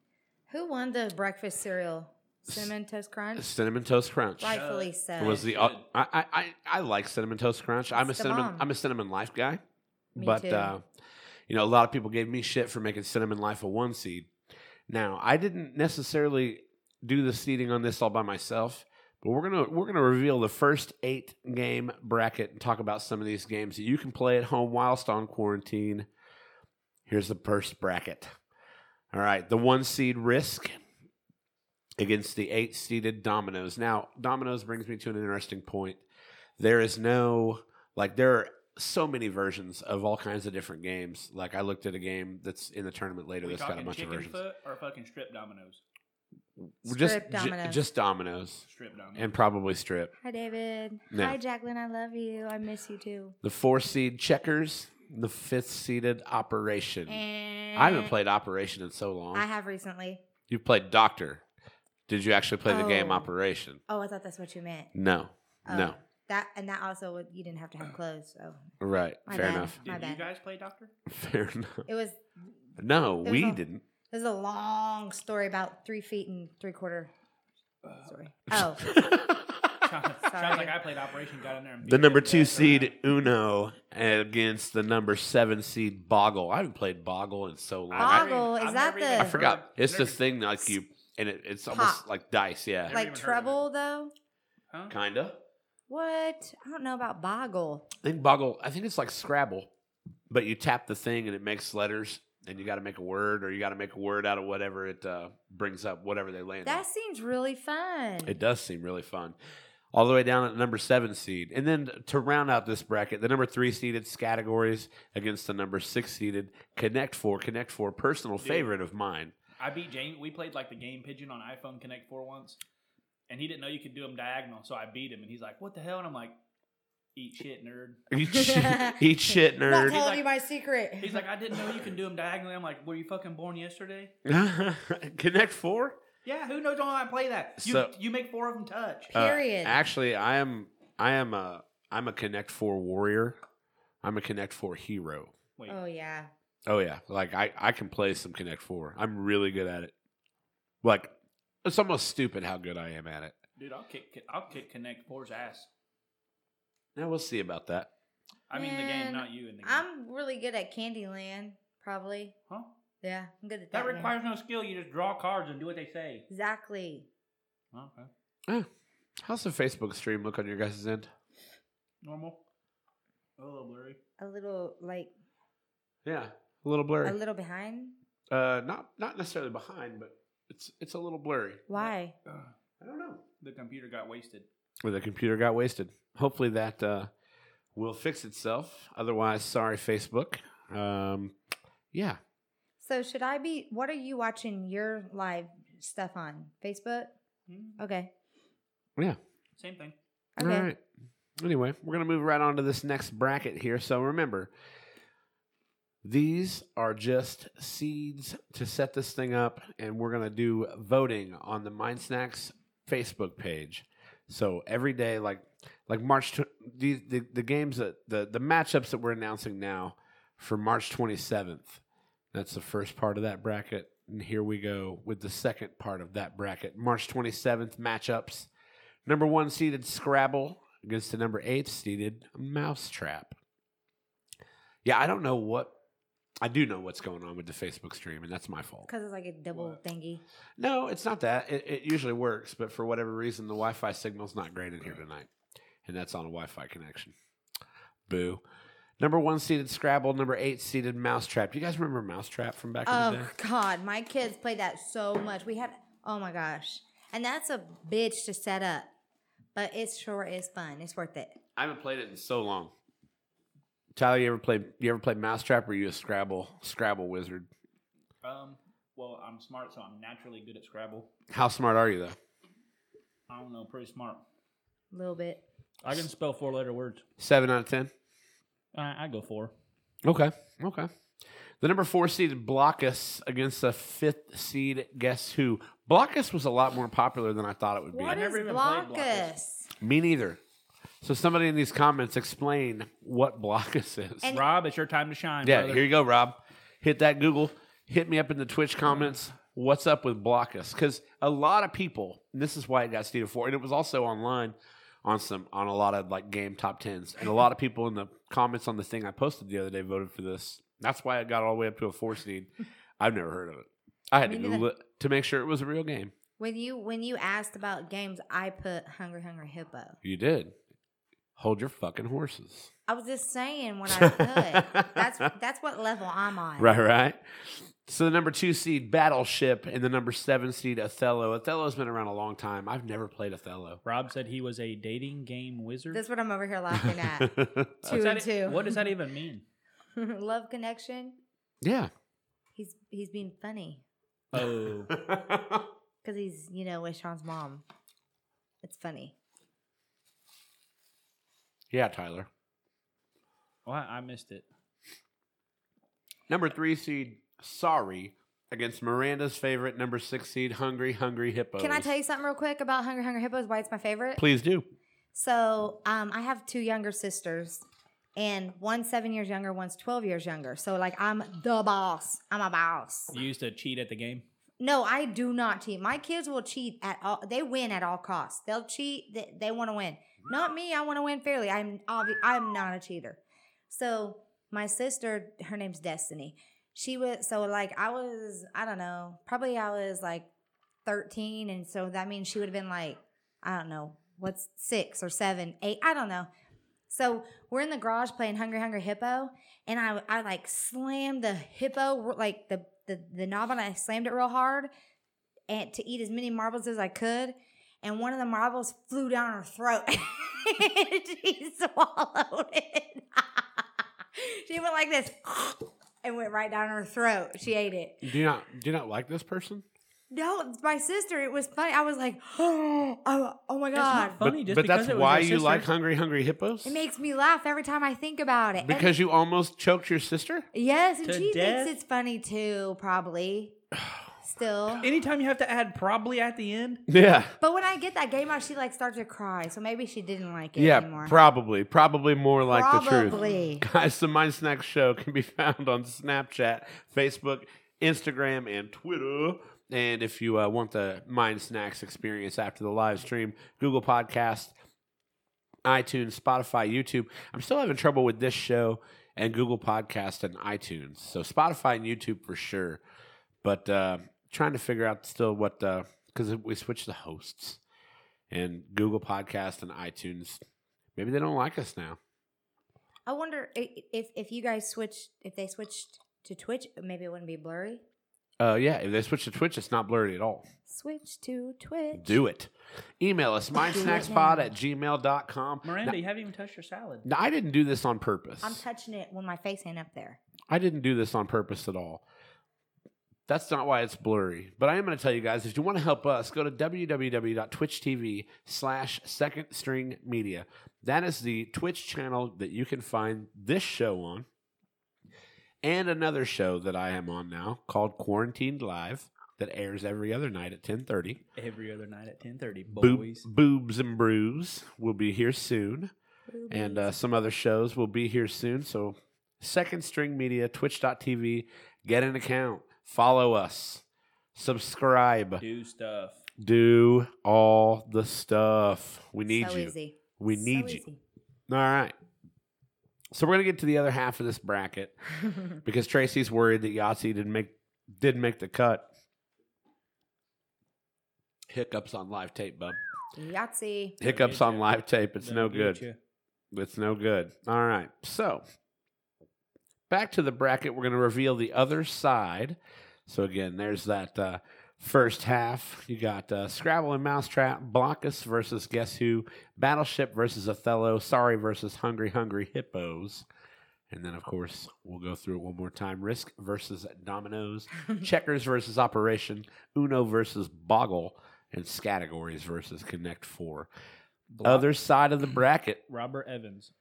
Speaker 2: Who won the breakfast cereal? Cinnamon Toast Crunch?
Speaker 1: cinnamon toast crunch.
Speaker 2: Rightfully
Speaker 1: It
Speaker 2: so.
Speaker 1: was the uh, I, I I I like cinnamon toast crunch. I'm a
Speaker 2: It's the
Speaker 1: cinnamon
Speaker 2: bomb.
Speaker 1: I'm a cinnamon life guy,
Speaker 2: Me
Speaker 1: but
Speaker 2: too.
Speaker 1: uh, you know a lot of people gave me shit for making cinnamon life a one seed. Now I didn't necessarily do the seeding on this all by myself, but we're gonna we're gonna reveal the first eight game bracket and talk about some of these games that you can play at home whilst on quarantine. Here's the first bracket. All right, the one seed risk against the eight seeded Dominoes. Now, Dominoes brings me to an interesting point. There is no like there are so many versions of all kinds of different games. Like I looked at a game that's in the tournament later
Speaker 3: we
Speaker 1: that's got a
Speaker 3: talking
Speaker 1: bunch of
Speaker 3: chicken
Speaker 1: versions.
Speaker 3: foot or fucking strip dominoes?
Speaker 1: We're Just
Speaker 2: Strip
Speaker 1: ju-
Speaker 2: Dominoes.
Speaker 1: just Dominoes
Speaker 3: Strip dominoes.
Speaker 1: and probably Strip.
Speaker 2: Hi, David.
Speaker 1: No.
Speaker 2: Hi, Jacqueline. I love you. I miss you too.
Speaker 1: The four seed Checkers, the fifth seeded Operation.
Speaker 2: And
Speaker 1: I haven't played Operation in so long.
Speaker 2: I have recently.
Speaker 1: you played Doctor. Did you actually play the game
Speaker 2: Oh.
Speaker 1: Operation?
Speaker 2: Oh, I thought that's what you meant.
Speaker 1: No.
Speaker 2: Oh,
Speaker 1: No.
Speaker 2: That and that also would- you didn't have to have clothes. So
Speaker 1: Right.
Speaker 2: My
Speaker 1: Fair
Speaker 2: bad.
Speaker 1: enough. (laughs)
Speaker 3: Did
Speaker 2: my
Speaker 3: you
Speaker 2: bad.
Speaker 3: guys play
Speaker 2: (laughs)
Speaker 3: doctor?
Speaker 1: Fair enough.
Speaker 2: it was
Speaker 1: No,
Speaker 2: There's
Speaker 1: we
Speaker 2: a-
Speaker 1: didn't.
Speaker 2: This is a long story about three feet and three quarter.
Speaker 3: Uh, (laughs)
Speaker 2: Sorry. (laughs) Oh,
Speaker 3: Sounds sounds like I played Operation. Got in there. And
Speaker 1: (laughs)
Speaker 3: beat
Speaker 1: the number
Speaker 3: them
Speaker 1: two
Speaker 3: ass around.
Speaker 1: seed Uno against the number seven seed Boggle. I haven't played Boggle in so long.
Speaker 3: I've
Speaker 1: I,
Speaker 3: never even-
Speaker 2: Boggle, is
Speaker 3: I've
Speaker 2: that
Speaker 3: never even
Speaker 1: I
Speaker 2: the-
Speaker 3: heard of-
Speaker 1: forgot. It's
Speaker 3: never-
Speaker 1: this thing like you, and it, it's almost
Speaker 2: Pop.
Speaker 1: like dice. Yeah,
Speaker 3: Never
Speaker 2: like
Speaker 3: even heard of it.
Speaker 2: treble though.
Speaker 3: Huh?
Speaker 1: kinda.
Speaker 2: What? I don't know about Boggle.
Speaker 1: I think Boggle. I think it's like Scrabble, but you tap the thing and it makes letters, and you got to make a word, or you got to make a word out of whatever it uh, brings up, whatever they land. on.
Speaker 2: That seems really fun.
Speaker 1: It does seem really fun. All the way down at number seven seed. And then to round out this bracket, the number three seeded categories against the number six seeded Connect Four. Connect Four, personal
Speaker 3: Dude.
Speaker 1: favorite of (laughs) mine.
Speaker 3: I beat James. We played like the game pigeon on iPhone Connect Four once, and he didn't know you could do them diagonal, so I beat him, and he's like, "What the hell?" And I'm like, "Eat shit, nerd."
Speaker 1: Eat shit, eat shit
Speaker 2: Not
Speaker 1: nerd.
Speaker 2: telling
Speaker 3: like-
Speaker 2: you my secret.
Speaker 3: He's like, "I didn't know you can do them diagonally." I'm like, "Were you fucking born yesterday?"
Speaker 1: (laughs) Connect Four?
Speaker 3: Yeah, who knows how I play that? You
Speaker 1: So-
Speaker 3: you make four of them touch.
Speaker 1: (laughs) Uh,
Speaker 2: Period.
Speaker 1: actually, I am I am a I'm a Connect Four warrior. I'm a Connect Four hero.
Speaker 3: Wait,
Speaker 2: oh yeah.
Speaker 1: Oh yeah, like I I can play some Connect Four. I'm really good at it. Like it's almost stupid how good I am at it.
Speaker 3: dude, I'll kick I'll kick Connect Four's ass.
Speaker 1: Now we'll see about that.
Speaker 3: I mean the
Speaker 2: Man,
Speaker 3: game, not you. In the game,
Speaker 2: I'm really good at Candyland, probably.
Speaker 3: huh?
Speaker 2: Yeah, I'm good at that.
Speaker 3: That
Speaker 2: now.
Speaker 3: requires no skill. You just draw cards and do what they say.
Speaker 2: exactly.
Speaker 3: Okay,
Speaker 1: How's the Facebook stream look on your guys' end?
Speaker 3: normal. A little blurry.
Speaker 2: A little like
Speaker 1: Yeah, a little
Speaker 2: A
Speaker 1: blurry.
Speaker 2: little behind.
Speaker 1: Uh, not not necessarily behind, but it's it's a little blurry.
Speaker 2: Why?
Speaker 3: Ugh,
Speaker 1: I don't know.
Speaker 3: the computer got wasted.
Speaker 1: Well, the computer got wasted. Hopefully that uh, will fix itself. Otherwise, sorry, Facebook. Um, yeah,
Speaker 2: So should I be? What are you watching your live stuff on Facebook?
Speaker 3: Hmm,
Speaker 2: Okay.
Speaker 3: Same thing.
Speaker 2: Okay.
Speaker 1: All right. Anyway, we're going to move right on to this next bracket here. So remember, these are just seeds to set this thing up, and we're going to do voting on the Mind Snacks Facebook page. So every day, like like March, tw- the, the the games that the the matchups that we're announcing now for March 27th. That's the first part of that bracket, and here we go with the second part of that bracket. March 27th matchups. Number one seeded Scrabble against the number eight seeded Mousetrap. Yeah, I don't know what. I do know what's going on with the Facebook stream, and that's my fault.
Speaker 2: Because it's like a double
Speaker 3: What?
Speaker 2: thingy.
Speaker 1: No, it's not that. It, it usually works, but for whatever reason, the Wi Fi signal's not great in here tonight, and that's on a Wi Fi connection. Boo. Number one seeded Scrabble, number eight seeded Mousetrap. You guys remember Mousetrap from back in the
Speaker 2: Oh
Speaker 1: day?
Speaker 2: (laughs) God, my kids played that so much. We had. Oh my gosh. And that's a bitch to set up, but it sure is fun. It's worth it.
Speaker 1: I haven't played it in so long. Tyler, you ever played? You ever played Mousetrap? Or are you a Scrabble Scrabble wizard?
Speaker 3: Um, well, I'm smart, so I'm naturally good at Scrabble.
Speaker 1: How smart are you though?
Speaker 3: I don't know, pretty smart.
Speaker 2: A little bit.
Speaker 3: I can spell four letter words.
Speaker 1: Seven out of ten.
Speaker 3: I, I go four.
Speaker 1: Okay. Okay. The number four seed Blockus against the fifth seed. Guess who? Blockus was a lot more popular than I thought it would be.
Speaker 2: What
Speaker 3: never
Speaker 2: is
Speaker 3: even played Blockus.
Speaker 2: Blockus?
Speaker 1: Me neither. So somebody in these comments explain what Blockus is.
Speaker 2: And-
Speaker 3: Rob, it's your time to shine.
Speaker 1: yeah,
Speaker 3: brother.
Speaker 1: here you go, Rob. Hit that Google. Hit me up in the Twitch comments. What's up with Blockus? Because a lot of people, and this is why it got seeded four, and it was also online on some on a lot of like game top tens, and a lot of people in the comments on the thing I posted the other day voted for this. That's why it got all the way up to a four seed. I've never heard of it. I had to
Speaker 2: Me
Speaker 1: Google it to make sure it was a real game.
Speaker 2: When you when you asked about games, I put Hungry Hungry Hippo.
Speaker 1: You did. Hold your fucking horses.
Speaker 2: I was just saying what
Speaker 3: (laughs)
Speaker 2: I could. that's that's what level I'm
Speaker 1: (laughs)
Speaker 2: on.
Speaker 1: Right, right. So the number two seed Battleship and the number seven seed Othello. Othello's been around a long time. I've never played Othello.
Speaker 3: Rob said he was a dating game wizard.
Speaker 2: That's what I'm over here
Speaker 1: (laughs)
Speaker 2: laughing
Speaker 3: (laughs)
Speaker 2: at. two
Speaker 3: What's
Speaker 2: and
Speaker 3: that e-
Speaker 2: two.
Speaker 3: What does that e even mean?
Speaker 2: (laughs) Love connection.
Speaker 1: yeah. (laughs)
Speaker 2: He's he's being funny
Speaker 3: (laughs) Oh,
Speaker 2: because he's you know with Sean's mom. It's funny.
Speaker 1: yeah, Tyler.
Speaker 3: well, Oh, I I missed it.
Speaker 1: Number three seed Sorry against Miranda's favorite number six seed Hungry Hungry Hippos.
Speaker 2: Can I tell you something real quick about Hungry Hungry Hippos? Why it's my favorite?
Speaker 1: Please do.
Speaker 2: So um, I have two younger sisters, and one's seven years younger, one's twelve years younger. So like I'm the boss. I'm a boss.
Speaker 3: You used to cheat at the game.
Speaker 2: No, I do not cheat. My kids will cheat at all. They win at all costs. They'll cheat. They, they want to win. Not me. I want to win fairly. I'm obvi- I'm not a cheater. So my sister, her name's Destiny. She was so like I was. I don't know. Probably I was like thirteen, and so that means she would have been like I don't know what's six or seven, eight. I don't know. So we're in the garage playing Hungry Hungry Hippo, and I I like slammed the hippo like the the, the knob and I slammed it real hard, and to eat as many marbles as I could, and one of the marbles flew down her throat. (laughs) and she swallowed it. (laughs) she went like this, (laughs) and went right down her throat. She ate it.
Speaker 1: Do you not do you not like this person?
Speaker 2: No, it's my sister. It was funny. I was like, (gasps) oh, oh my god.
Speaker 3: That's not funny.
Speaker 1: but
Speaker 3: just
Speaker 1: but
Speaker 3: because
Speaker 1: that's
Speaker 3: it was
Speaker 1: why
Speaker 3: your
Speaker 1: you
Speaker 3: sister.
Speaker 1: like Hungry Hungry Hippos?
Speaker 2: It makes me laugh every time I think about it. And-
Speaker 1: because you almost choked your sister?
Speaker 2: yes, and
Speaker 3: To
Speaker 2: she
Speaker 3: death?
Speaker 2: thinks it's funny too,
Speaker 3: (sighs)
Speaker 2: probably. Still.
Speaker 3: Anytime you have to add probably at the end,
Speaker 1: Yeah.
Speaker 2: But when I get that game out, she like starts to cry. So maybe she didn't like it
Speaker 1: Yeah,
Speaker 2: anymore.
Speaker 1: probably. Probably more like the truth.
Speaker 2: Probably.
Speaker 1: (laughs) Guys, the Mind Snacks Show can be (laughs) found on Snapchat, Facebook, Instagram, and Twitter. And if you uh, want the Mind Snacks experience after the live stream, Google Podcast, iTunes, Spotify, YouTube. I'm still having trouble with this show and Google Podcast and iTunes. So Spotify and YouTube for sure. But uh, trying to figure out still what, because we switched the hosts and Google Podcast and iTunes. Maybe they don't like us now.
Speaker 2: I wonder i- if if you guys switched if they switched to Twitch, maybe it wouldn't be blurry.
Speaker 1: Uh, yeah, if they switch to Twitch, it's not blurry at all.
Speaker 2: Switch to Twitch.
Speaker 1: Do it. Email us, mindsnackspod at gmail.com.
Speaker 3: Miranda, you haven't even touched your salad.
Speaker 1: Now, I didn't do this on purpose.
Speaker 2: I'm touching it when my face ain't up there.
Speaker 1: I didn't do this on purpose at all. That's not why it's blurry. But I am going to tell you guys if you want to help us, go to www.twitch.tv slash second string media. That is the Twitch channel that you can find this show on and another show that I am on now called Quarantined Live that airs every other night at 1030.
Speaker 3: Every other night at 10:30,
Speaker 1: Boob,
Speaker 3: boys.
Speaker 1: boobs and Brews will be here soon and uh, some other shows will be here soon. So, Second String Media, twitch.tv, get an account, follow us, subscribe,
Speaker 3: Do stuff.
Speaker 1: do all the stuff. We need
Speaker 2: so
Speaker 1: you.
Speaker 2: Easy.
Speaker 1: We
Speaker 2: So
Speaker 1: need you.
Speaker 2: easy.
Speaker 1: All right. So, we're going to get to the other half of this bracket because Tracy's worried that Yahtzee didn't make, didn't make the cut. Hiccups on live tape, bub.
Speaker 2: (laughs)
Speaker 1: (laughs)
Speaker 2: Yahtzee.
Speaker 1: Hiccups
Speaker 3: get
Speaker 1: on
Speaker 3: ya.
Speaker 1: live tape. It's no
Speaker 3: They'll get
Speaker 1: good.
Speaker 3: ya.
Speaker 1: It's no good. All right. So back to the bracket. We're going to reveal the other side. So again, there's that uh, first half. You got uh, Scrabble and Mousetrap, Blockus versus Guess Who, Battleship versus Othello, Sorry versus Hungry Hungry Hippos. And then, of course, we'll go through it one more time. Risk versus Dominoes, Checkers versus Operation, Uno versus Boggle, and Scategories versus Connect Four.
Speaker 3: Block-
Speaker 1: Other side of the bracket.
Speaker 3: Robert Evans.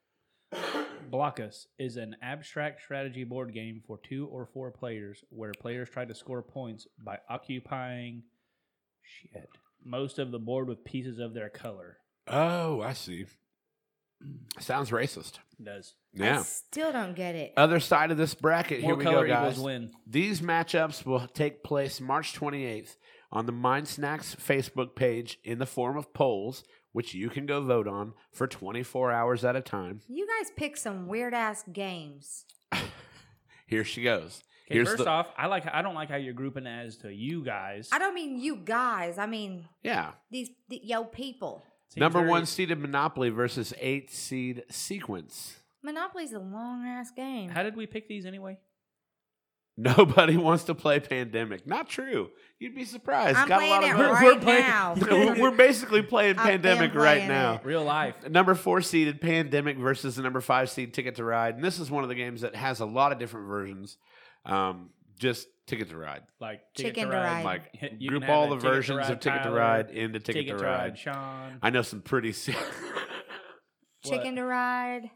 Speaker 3: Blockus is an abstract strategy board game for two or four players where players try to score points by occupying shit most of the board with pieces of their color.
Speaker 1: Oh, I see. Sounds racist.
Speaker 3: Does
Speaker 2: I still don't get it.
Speaker 1: Other side of this bracket.
Speaker 3: more
Speaker 1: Here we
Speaker 3: color
Speaker 1: go, guys.
Speaker 3: equals win.
Speaker 1: These matchups will take place March 28th on the Mind Snacks Facebook page in the form of polls, which you can go vote on for 24 hours at a time.
Speaker 2: you guys pick some weird ass games.
Speaker 1: Here she goes.
Speaker 3: Okay,
Speaker 1: Here's
Speaker 3: first
Speaker 1: the-
Speaker 3: off, I like I don't like how you're grouping it as to you guys.
Speaker 2: I don't mean you guys. I mean
Speaker 1: Yeah.
Speaker 2: these the, yo people.
Speaker 3: Seems
Speaker 1: Number
Speaker 3: very-
Speaker 1: one seeded Monopoly versus eight seed Sequence. (laughs)
Speaker 2: Monopoly's a long ass game.
Speaker 3: How did we pick these anyway?
Speaker 1: Nobody wants to play Pandemic. Not true. You'd be surprised.
Speaker 2: I'm
Speaker 1: Got a
Speaker 2: playing
Speaker 1: lot
Speaker 2: it
Speaker 1: of
Speaker 3: We're-
Speaker 2: right
Speaker 3: we're playing-
Speaker 2: now.
Speaker 1: (laughs) we're, we're basically playing
Speaker 2: I've been
Speaker 1: Pandemic right
Speaker 2: playing
Speaker 1: now.
Speaker 2: it.
Speaker 3: Real life.
Speaker 1: Number four seeded Pandemic versus the number five seed Ticket to Ride. And this is one of the games that has a lot of different versions. Um, just Ticket to Ride.
Speaker 3: Like
Speaker 2: Chicken to ride.
Speaker 1: Like
Speaker 3: You can
Speaker 1: group
Speaker 3: have
Speaker 1: all
Speaker 3: a
Speaker 1: the
Speaker 3: Ticket to
Speaker 1: versions
Speaker 3: Ride
Speaker 1: of Ticket to
Speaker 3: Tyler,
Speaker 1: Ride into Ticket,
Speaker 3: Ticket,
Speaker 1: to Ride.
Speaker 3: Sean.
Speaker 1: I know some pretty. (laughs) Se-
Speaker 2: Chicken to ride.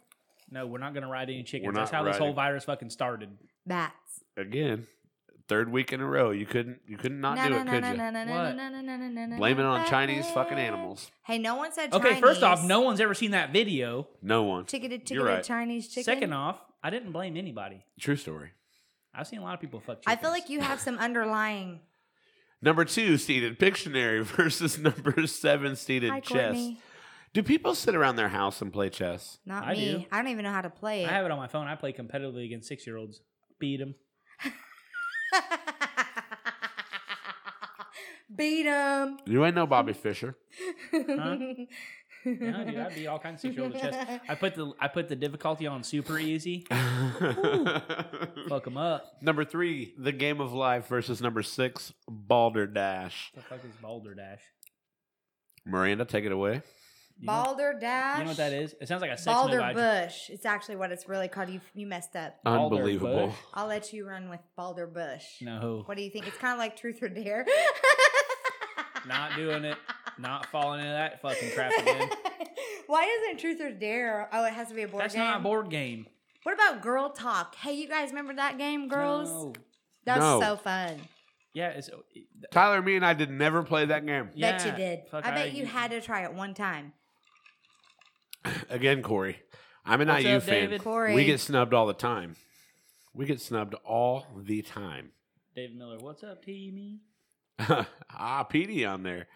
Speaker 3: No, we're not gonna ride any chickens.
Speaker 1: not
Speaker 3: That's how this
Speaker 1: riding.
Speaker 3: whole virus fucking started.
Speaker 2: Bats.
Speaker 1: Again, third week in a row. You couldn't. You could not do it, could you?
Speaker 3: What?
Speaker 1: Blame it on Chinese fucking animals.
Speaker 2: Hey, no one said Chinese.
Speaker 3: Okay, first off, no one's ever seen that video.
Speaker 1: No one.
Speaker 2: Chicken to chicken
Speaker 1: You're
Speaker 2: to
Speaker 1: right.
Speaker 2: Chinese chicken.
Speaker 3: Second off, I didn't blame anybody.
Speaker 1: True story.
Speaker 3: I've seen a lot of people fuck
Speaker 2: I
Speaker 3: chickens.
Speaker 2: feel like you have some
Speaker 1: (laughs)
Speaker 2: underlying.
Speaker 1: Number two seeded Pictionary (laughs) versus number seven seeded
Speaker 2: Hi,
Speaker 1: Chess.
Speaker 2: Courtney.
Speaker 1: Do people sit around their house and play chess?
Speaker 2: Not
Speaker 3: I
Speaker 2: me.
Speaker 3: do.
Speaker 2: I don't even know how to play
Speaker 3: I
Speaker 2: it.
Speaker 3: have it on my phone. I play competitively against six year olds. Beat them.
Speaker 2: (laughs) Beat him. (laughs)
Speaker 1: You ain't know Bobby
Speaker 3: (laughs)
Speaker 1: Fisher.
Speaker 3: No, dude, I beat all kinds of six year olds chess. I put the I put the difficulty on super easy. Fuck them up.
Speaker 1: Number three, The Game of Life versus number six, Balderdash.
Speaker 3: What the fuck is Balderdash?
Speaker 1: Miranda, take it away.
Speaker 3: You know-
Speaker 2: Balder dash.
Speaker 3: You know what that is? It sounds like a sex move.
Speaker 2: Balder
Speaker 3: I-
Speaker 2: bush. It's actually what it's really called. You you messed up.
Speaker 3: Balder
Speaker 1: Unbelievable.
Speaker 3: Bush.
Speaker 2: I'll let you run with Balder bush.
Speaker 3: No,
Speaker 2: What do you think? It's kind of like truth or dare.
Speaker 3: not doing it. Not falling into that fucking
Speaker 2: (laughs)
Speaker 3: trap again.
Speaker 2: Why doesn't truth or dare? Oh, it has to be a board
Speaker 3: That's
Speaker 2: game.
Speaker 3: not a board game.
Speaker 2: What about girl talk? Hey, you guys remember that game, girls?
Speaker 3: No.
Speaker 2: That was
Speaker 1: No.
Speaker 2: so fun.
Speaker 3: Yeah, it's
Speaker 1: Tyler, me and I did never play that game. (laughs)
Speaker 2: Bet you
Speaker 3: Yeah,
Speaker 2: did.
Speaker 3: fuck,
Speaker 2: I bet you had to try it one time.
Speaker 1: Again, Corey, I'm an
Speaker 3: What's
Speaker 1: IU
Speaker 3: up,
Speaker 1: fan.
Speaker 3: David?
Speaker 2: Corey.
Speaker 1: We get
Speaker 2: (laughs)
Speaker 1: snubbed all the time. We get snubbed all the time. (laughs)
Speaker 3: David Miller, what's up, E?" Timmy?
Speaker 1: ah, PD on there.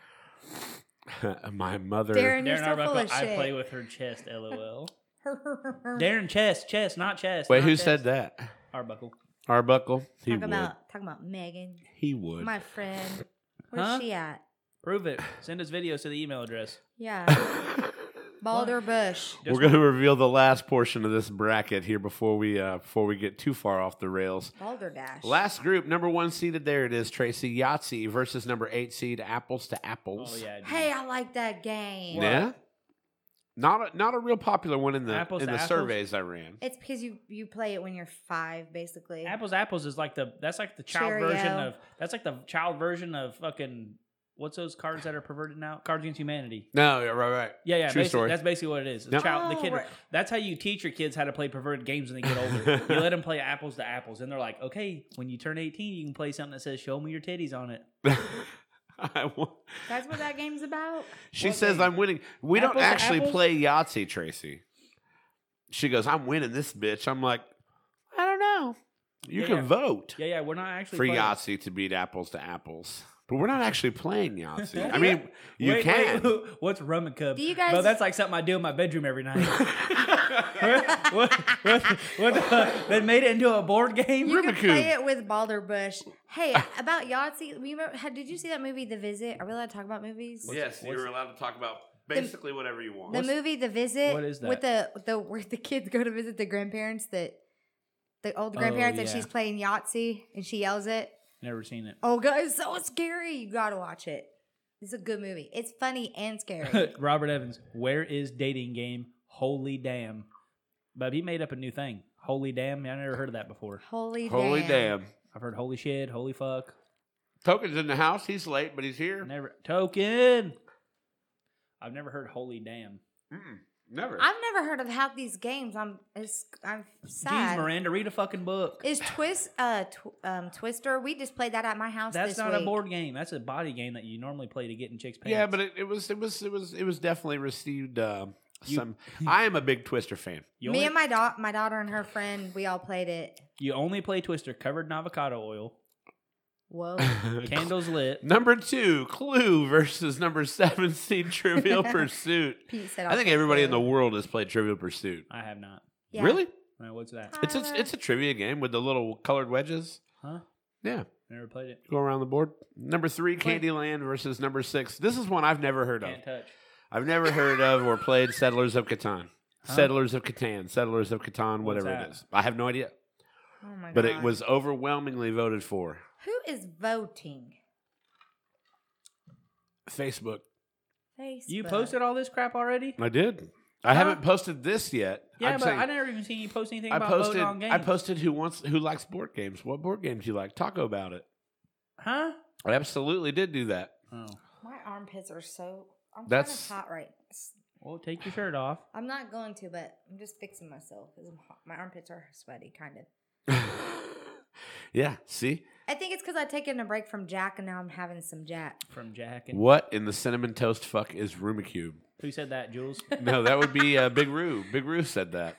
Speaker 1: (laughs) My mother.
Speaker 2: Darren, you're
Speaker 3: Darren
Speaker 2: so full of
Speaker 3: Arbuckle,
Speaker 2: shit.
Speaker 3: I play with her chest,
Speaker 2: (laughs)
Speaker 3: lol. Darren chest, chest, not chest.
Speaker 1: Wait,
Speaker 3: not
Speaker 1: who
Speaker 3: chest.
Speaker 1: said that?
Speaker 3: Arbuckle?
Speaker 1: Arbuckle. He
Speaker 2: talk
Speaker 1: would.
Speaker 2: about talk about Megan,
Speaker 1: He would.
Speaker 2: my friend. Where's
Speaker 3: Huh?
Speaker 2: she at?
Speaker 3: Prove it. Send us videos to the email address.
Speaker 2: Yeah. Balder Bush.
Speaker 1: We're going to reveal the last portion of this bracket here before we uh, before we get too far off the rails.
Speaker 2: Balder Dash.
Speaker 1: Last group, number one seeded, there it is, Tracy Yahtzee versus number eight seed, Apples to Apples.
Speaker 3: (laughs) Oh yeah. dude.
Speaker 2: Hey, I like that game.
Speaker 1: Yeah. Not a, not a real popular one in the
Speaker 3: Apples
Speaker 1: in
Speaker 3: to
Speaker 1: the
Speaker 3: apples?
Speaker 1: surveys I ran.
Speaker 2: It's because you you play it when you're five, basically.
Speaker 3: Apples Apples is like the that's like the child version
Speaker 2: Cheerio.
Speaker 3: of that's like the child version of fucking what's those cards that are perverted now? Cards Against Humanity.
Speaker 1: No, yeah, right, right.
Speaker 3: Yeah, yeah.
Speaker 1: True
Speaker 3: basi-
Speaker 1: story.
Speaker 3: That's basically what it is. It's
Speaker 1: Yep.
Speaker 3: child, the
Speaker 2: Oh,
Speaker 3: kid.
Speaker 2: right.
Speaker 3: That's how you teach your kids how to play perverted games when they get older.
Speaker 1: (laughs)
Speaker 3: you let them play apples to apples, and they're like, okay, when you turn eighteen, you can play something that says "Show me your titties" on it.
Speaker 1: (laughs) I won-
Speaker 2: (laughs) That's what that game's about.
Speaker 1: she
Speaker 3: What
Speaker 1: says
Speaker 3: game?
Speaker 1: I'm winning. We
Speaker 3: Apples
Speaker 1: don't
Speaker 3: to
Speaker 1: actually
Speaker 3: apples?
Speaker 1: play Yahtzee, Tracy. She goes, I'm winning this bitch. I'm like, I don't know. You
Speaker 3: Yeah,
Speaker 1: can
Speaker 3: yeah.
Speaker 1: vote
Speaker 3: Yeah, yeah. We're not actually
Speaker 1: for
Speaker 3: playing. (laughs)
Speaker 1: Yahtzee to beat Apples to Apples, but we're not actually playing Yahtzee. I
Speaker 3: (laughs) Yeah.
Speaker 1: mean, you
Speaker 3: Wait,
Speaker 1: can. (laughs)
Speaker 3: wait, (laughs) what's rum and cub?
Speaker 2: Do you guys-
Speaker 3: Bro, that's like something I do in my bedroom every night.
Speaker 2: (laughs)
Speaker 3: (laughs) what, what, what, what the fuck? They made it into a board game.
Speaker 2: You can
Speaker 1: Rubicon.
Speaker 2: play it with Balder Bush. Hey, about Yahtzee, we remember, how- did you see that movie, The Visit? Are we allowed to talk about movies?
Speaker 1: yes, you're allowed to talk about basically whatever you want.
Speaker 2: The movie, The Visit.
Speaker 3: what is
Speaker 2: With the, the where the kids go to visit the grandparents that the old grandparents
Speaker 3: Oh, yeah.
Speaker 2: and she's playing Yahtzee and she yells it.
Speaker 3: Never seen it.
Speaker 2: Oh, God, it's so scary. You gotta watch it. It's a good movie. It's funny and
Speaker 3: (laughs)
Speaker 2: scary.
Speaker 3: Robert Evans, where is dating game? Holy damn! But he made up a new thing. Holy damn! I never heard of that before.
Speaker 2: Holy,
Speaker 1: Holy damn.
Speaker 3: I've heard holy shit, holy fuck.
Speaker 1: Token's in the house. He's late, but he's here.
Speaker 3: Never token. I've never heard holy damn.
Speaker 1: Mm-mm, never.
Speaker 2: I've never heard of half these games. I'm it's, I'm
Speaker 3: Jeez,
Speaker 2: sad.
Speaker 3: Miranda, read a fucking book.
Speaker 2: Is Twist uh tw- um Twister? We just played that at my house.
Speaker 3: That's
Speaker 2: this
Speaker 3: not
Speaker 2: week.
Speaker 3: a board game. That's a body game that you normally play to get in chicks' pants.
Speaker 1: yeah, but it, it was it was it was it was definitely received uh,
Speaker 3: You-
Speaker 1: some. I am a big Twister
Speaker 3: (laughs)
Speaker 1: fan.
Speaker 3: you
Speaker 2: Me
Speaker 3: only,
Speaker 2: and my daughter, my daughter and her friend, we all played it.
Speaker 3: you only play Twister covered in avocado oil,
Speaker 1: (laughs)
Speaker 2: Whoa.
Speaker 3: candles lit.
Speaker 1: number two, Clue versus number seven (laughs) seed
Speaker 3: (laughs)
Speaker 1: Trivial Pursuit.
Speaker 2: Pete said,
Speaker 1: I think everybody in the world has played Trivial Pursuit.
Speaker 3: I have not.
Speaker 1: Really?
Speaker 3: Now, What's that?
Speaker 1: It's a, it's a trivia game with the little colored wedges.
Speaker 3: Huh?
Speaker 1: Yeah.
Speaker 3: Never played it.
Speaker 1: Go around the board. Number three, Candyland versus number six. This is one I've never heard of.
Speaker 3: Can't touch.
Speaker 1: I've never heard of or played Settlers of Catan.
Speaker 3: Huh?
Speaker 1: Settlers of Catan, Settlers of Catan,
Speaker 3: What's
Speaker 1: whatever it
Speaker 3: that?
Speaker 1: is. I have no idea.
Speaker 2: Oh my
Speaker 1: But
Speaker 2: God.
Speaker 1: it was overwhelmingly voted for.
Speaker 2: Who is voting?
Speaker 1: Facebook.
Speaker 2: Facebook.
Speaker 3: You posted all this crap already?
Speaker 1: I did. I
Speaker 3: Huh?
Speaker 1: haven't posted this yet.
Speaker 3: Yeah,
Speaker 1: I'm
Speaker 3: but
Speaker 1: saying-
Speaker 3: I never even seen you post anything
Speaker 1: I
Speaker 3: about
Speaker 1: posted
Speaker 3: voting on games.
Speaker 1: I posted who wants who likes board games. What board games do you like? Talk about it.
Speaker 3: Huh?
Speaker 1: I absolutely did do that. (laughs)
Speaker 3: Oh.
Speaker 2: My armpits are so. I'm
Speaker 1: That's-
Speaker 2: That's hot right.
Speaker 3: Well, take your shirt off.
Speaker 2: I'm not going to, but I'm just fixing myself because I'm hot. My armpits are sweaty, kind of.
Speaker 1: yeah, see?
Speaker 2: I think it's because I taken a break from Jack and now I'm having some Jack. (laughs)
Speaker 3: From Jack and
Speaker 1: What in the cinnamon toast fuck is Rumicube?
Speaker 3: who said that, Jules?
Speaker 1: No, that would be uh, Big Roo. Big Roo said that.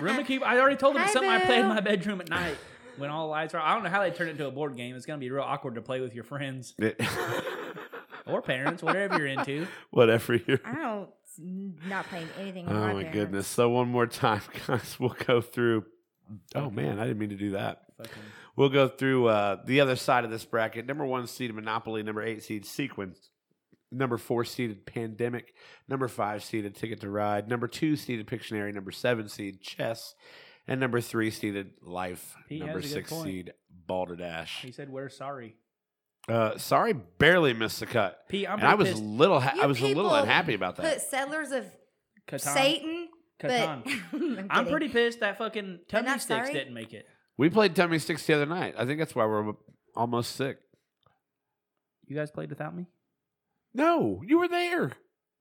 Speaker 3: Room keep. I already told them it's
Speaker 2: Hi,
Speaker 3: something I play in
Speaker 2: Boo.
Speaker 3: my bedroom at night when all the lights are. I don't know how they turn it into a board game. It's gonna be real awkward to play with your friends
Speaker 1: It- (laughs)
Speaker 3: or parents, whatever you're into.
Speaker 2: (laughs)
Speaker 1: Whatever you're
Speaker 2: I don't not playing anything. with
Speaker 1: Oh my
Speaker 2: parents.
Speaker 1: goodness. So one more time, (laughs) guys, we'll go through Oh
Speaker 3: Okay.
Speaker 1: man, I didn't mean to do that.
Speaker 3: Fucking
Speaker 1: We'll go through uh, the other side of this bracket. Number one seed Monopoly, number eight seed Sequence, number four seeded Pandemic, number five seeded Ticket to Ride, number two seeded Pictionary, number seven seed Chess, and number three seeded Life,
Speaker 3: He
Speaker 1: number
Speaker 3: has a good
Speaker 1: six
Speaker 3: point.
Speaker 1: seed Balderdash.
Speaker 3: He said, "We're sorry."
Speaker 1: Uh, sorry, barely missed the cut.
Speaker 3: P. I'm
Speaker 1: and I was
Speaker 3: pissed.
Speaker 1: little. Ha- I
Speaker 2: You
Speaker 1: was a little
Speaker 2: people
Speaker 1: unhappy about
Speaker 2: Put
Speaker 1: that.
Speaker 2: settlers of
Speaker 3: Catan.
Speaker 2: Satan, (laughs)
Speaker 3: Catan.
Speaker 2: but
Speaker 3: I'm
Speaker 2: kidding.
Speaker 3: pretty pissed that fucking tummy
Speaker 2: not
Speaker 3: sticks
Speaker 2: sorry?
Speaker 3: didn't make it.
Speaker 1: We played Tummy Sticks the other night. I think that's why we're almost sick.
Speaker 3: You guys played without me?
Speaker 1: No, you were there.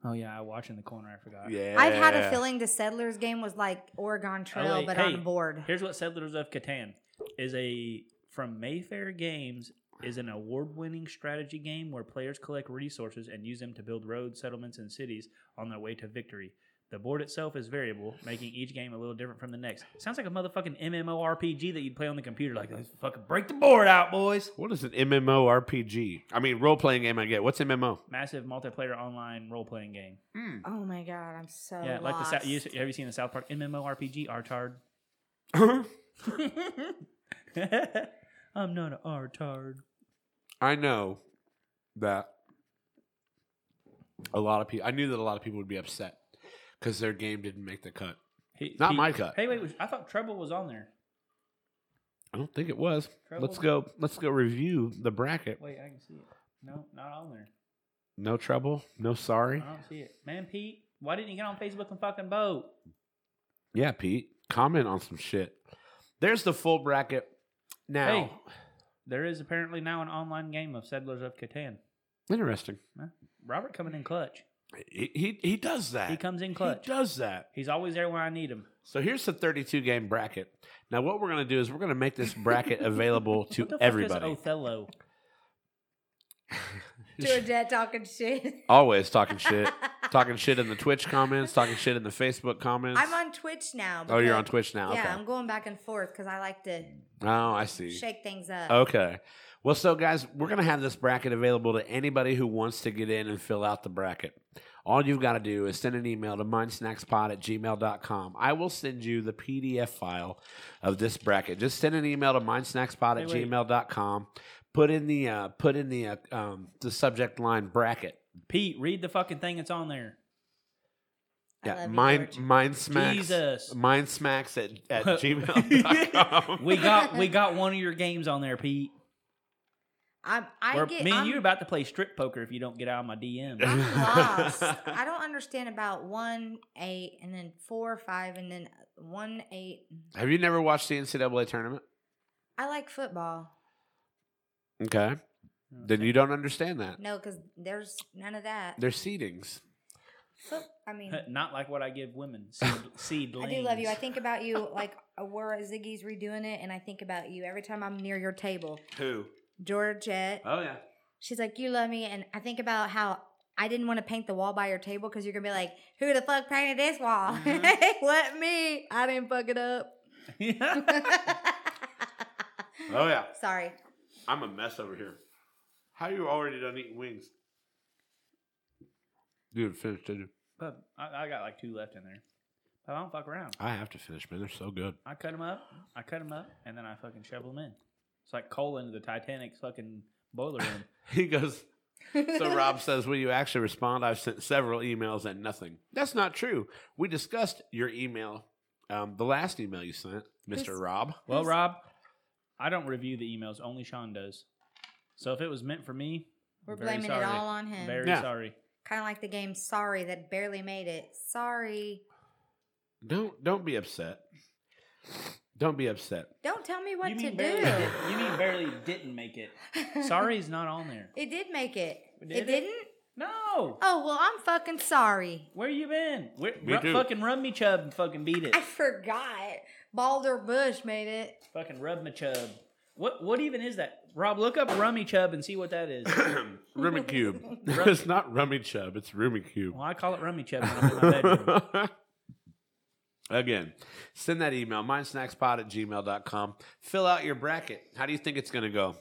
Speaker 3: Oh yeah, I watched in the corner. I forgot.
Speaker 1: Yeah,
Speaker 2: I've had a feeling the settlers game was like Oregon Trail,
Speaker 3: wait,
Speaker 2: but
Speaker 3: Oh, hey.
Speaker 2: on board.
Speaker 3: Here's what Settlers of Catan is a from Mayfair Games is an award-winning strategy game where players collect resources and use them to build roads, settlements, and cities on their way to victory. The board itself is variable, making each game a little different from the next. Sounds like a motherfucking MMORPG that you'd play on the computer. Like, let's fucking break the board out, boys.
Speaker 1: What is an MMORPG? I mean, role playing game. I get what's MMO.
Speaker 3: Massive multiplayer online role-playing game.
Speaker 2: Oh my god, I'm so
Speaker 3: yeah, like the
Speaker 2: lost.
Speaker 3: South. You, have you seen the South Park MMORPG? Artard. (laughs) I'm not an artard.
Speaker 1: (coughs) I know that a lot of people. I knew that a lot of people would be upset because their game didn't make the cut.
Speaker 3: He,
Speaker 1: Not
Speaker 3: he-
Speaker 1: my cut.
Speaker 3: Hey, wait. I thought Treble was on there.
Speaker 1: I don't think it was.
Speaker 3: Trouble?
Speaker 1: Let's go. Let's go review the bracket.
Speaker 3: Wait, I can see it. No, not on there.
Speaker 1: No trouble. No sorry.
Speaker 3: I don't see it. Man, Pete, why didn't you get on Facebook and fucking vote?
Speaker 1: Yeah, Pete. Comment on some shit. There's the full bracket now.
Speaker 3: There is apparently now an online game of Settlers of Catan.
Speaker 1: Interesting.
Speaker 3: Robert coming in clutch.
Speaker 1: He, he he does that.
Speaker 3: He comes in clutch.
Speaker 1: He does that.
Speaker 3: He's always there when I need him.
Speaker 1: So here's the 32 game bracket. Now what we're gonna do is we're gonna make this
Speaker 3: (laughs)
Speaker 1: bracket available to
Speaker 3: What the fuck
Speaker 1: everybody.
Speaker 3: is Othello?
Speaker 2: Georgette talking shit.
Speaker 1: (laughs) Always talking
Speaker 3: (laughs)
Speaker 1: shit. talking shit in the Twitch comments. Talking shit in the Facebook comments.
Speaker 2: I'm on Twitch now.
Speaker 1: oh, you're on
Speaker 2: because-
Speaker 1: Twitch now.
Speaker 2: Yeah,
Speaker 1: okay.
Speaker 2: I'm going back and forth because I like to
Speaker 1: Oh, I see.
Speaker 2: shake things up.
Speaker 1: Okay. Well, so guys, we're going to have this bracket available to anybody who wants to get in and fill out the bracket. All you've got to do is send an email to mindsnackspod at gmail.com. I will send you the PDF file of this bracket. Just send an email to mindsnackspod at
Speaker 3: Wait, wait.
Speaker 1: gmail.com. Put in the uh, put in the uh, um, the subject line bracket.
Speaker 3: Pete, read the fucking thing that's on there.
Speaker 2: I love you,
Speaker 1: mind
Speaker 2: George.
Speaker 1: mind smacks
Speaker 3: Jesus.
Speaker 1: mind smacks at, at gmail.com.
Speaker 3: We got we got one of your games on there, Pete.
Speaker 2: I'm, I
Speaker 3: We're-
Speaker 2: get.
Speaker 3: me and
Speaker 2: I'm,
Speaker 3: you are about to play strip poker if you don't get out of my
Speaker 1: (laughs)
Speaker 3: DM.
Speaker 2: I'm lost. I don't understand about one eight and then four five and then one eight.
Speaker 1: Have you never watched the NCAA tournament?
Speaker 2: I like football.
Speaker 1: Okay. Then you don't understand that.
Speaker 2: No, because there's none of that.
Speaker 1: They're seedings.
Speaker 2: Foot, I mean,
Speaker 3: (laughs) Not like what I give women. Seed,
Speaker 2: (laughs) I
Speaker 3: seedlings.
Speaker 2: do love you. I think about
Speaker 3: (laughs)
Speaker 2: you like where Ziggy's redoing it, and I think about you every time I'm near your table.
Speaker 1: Who?
Speaker 2: Georgette,
Speaker 1: Oh
Speaker 3: (laughs)
Speaker 1: yeah.
Speaker 2: she's like, "You love me," and I think about how I didn't want to paint the wall by your table because you're gonna be like, "Who the fuck painted this wall?"
Speaker 3: Mm-hmm.
Speaker 2: (laughs) what me? I didn't fuck it up.
Speaker 3: (laughs)
Speaker 1: Oh yeah.
Speaker 2: Sorry.
Speaker 1: I'm a mess over here. How you already done eating wings? Dude, finish, did you?
Speaker 3: but I, I got like two left in there. But I don't fuck around.
Speaker 1: I have to finish, man. They're so good.
Speaker 3: I cut them up. I cut them up, and then I fucking shovel them in. It's like coal into the Titanic's fucking
Speaker 2: (laughs)
Speaker 3: boiler room.
Speaker 1: (laughs) He goes. So (laughs) Rob says, "Will you actually respond? I've sent several emails and nothing." That's not true. We discussed your email, um, the last email you sent, Mister
Speaker 2: Who's-
Speaker 1: Rob.
Speaker 3: Well,
Speaker 2: Who's-
Speaker 3: Rob, I don't review the emails. Only Sean does. So if it was meant for me,
Speaker 2: We're
Speaker 3: very
Speaker 2: blaming
Speaker 3: sorry.
Speaker 2: it all on him.
Speaker 3: Very
Speaker 1: Yeah.
Speaker 3: sorry.
Speaker 2: Kind of like the game Sorry that barely made it. Sorry.
Speaker 1: Don't don't be upset. Don't be upset.
Speaker 2: Don't tell me what
Speaker 3: you
Speaker 2: to
Speaker 3: mean
Speaker 2: do.
Speaker 3: barely? Did, you mean barely didn't
Speaker 2: (laughs)
Speaker 3: make it? Sorry's not on there.
Speaker 2: It did make it.
Speaker 3: Did
Speaker 2: it
Speaker 3: it?
Speaker 2: didn't?
Speaker 3: No.
Speaker 2: Oh, well, I'm fucking sorry.
Speaker 3: Where you been? Where,
Speaker 1: Me
Speaker 3: ru-
Speaker 1: too.
Speaker 3: Fucking rub me chub and fucking beat it.
Speaker 2: I forgot. Balder Bush made it.
Speaker 3: fucking rub me chub. What what even is that? Rob, look up rummy chub and see what that is.
Speaker 1: Rummy Cube. it's not Rummy Chub. It's Rummy Cube.
Speaker 3: well, I call it rummy chub when I'm in my bedroom.
Speaker 1: (laughs) Again, send that email, mindsnackspod at gmail.com. Fill out your bracket. How do you think it's going to go?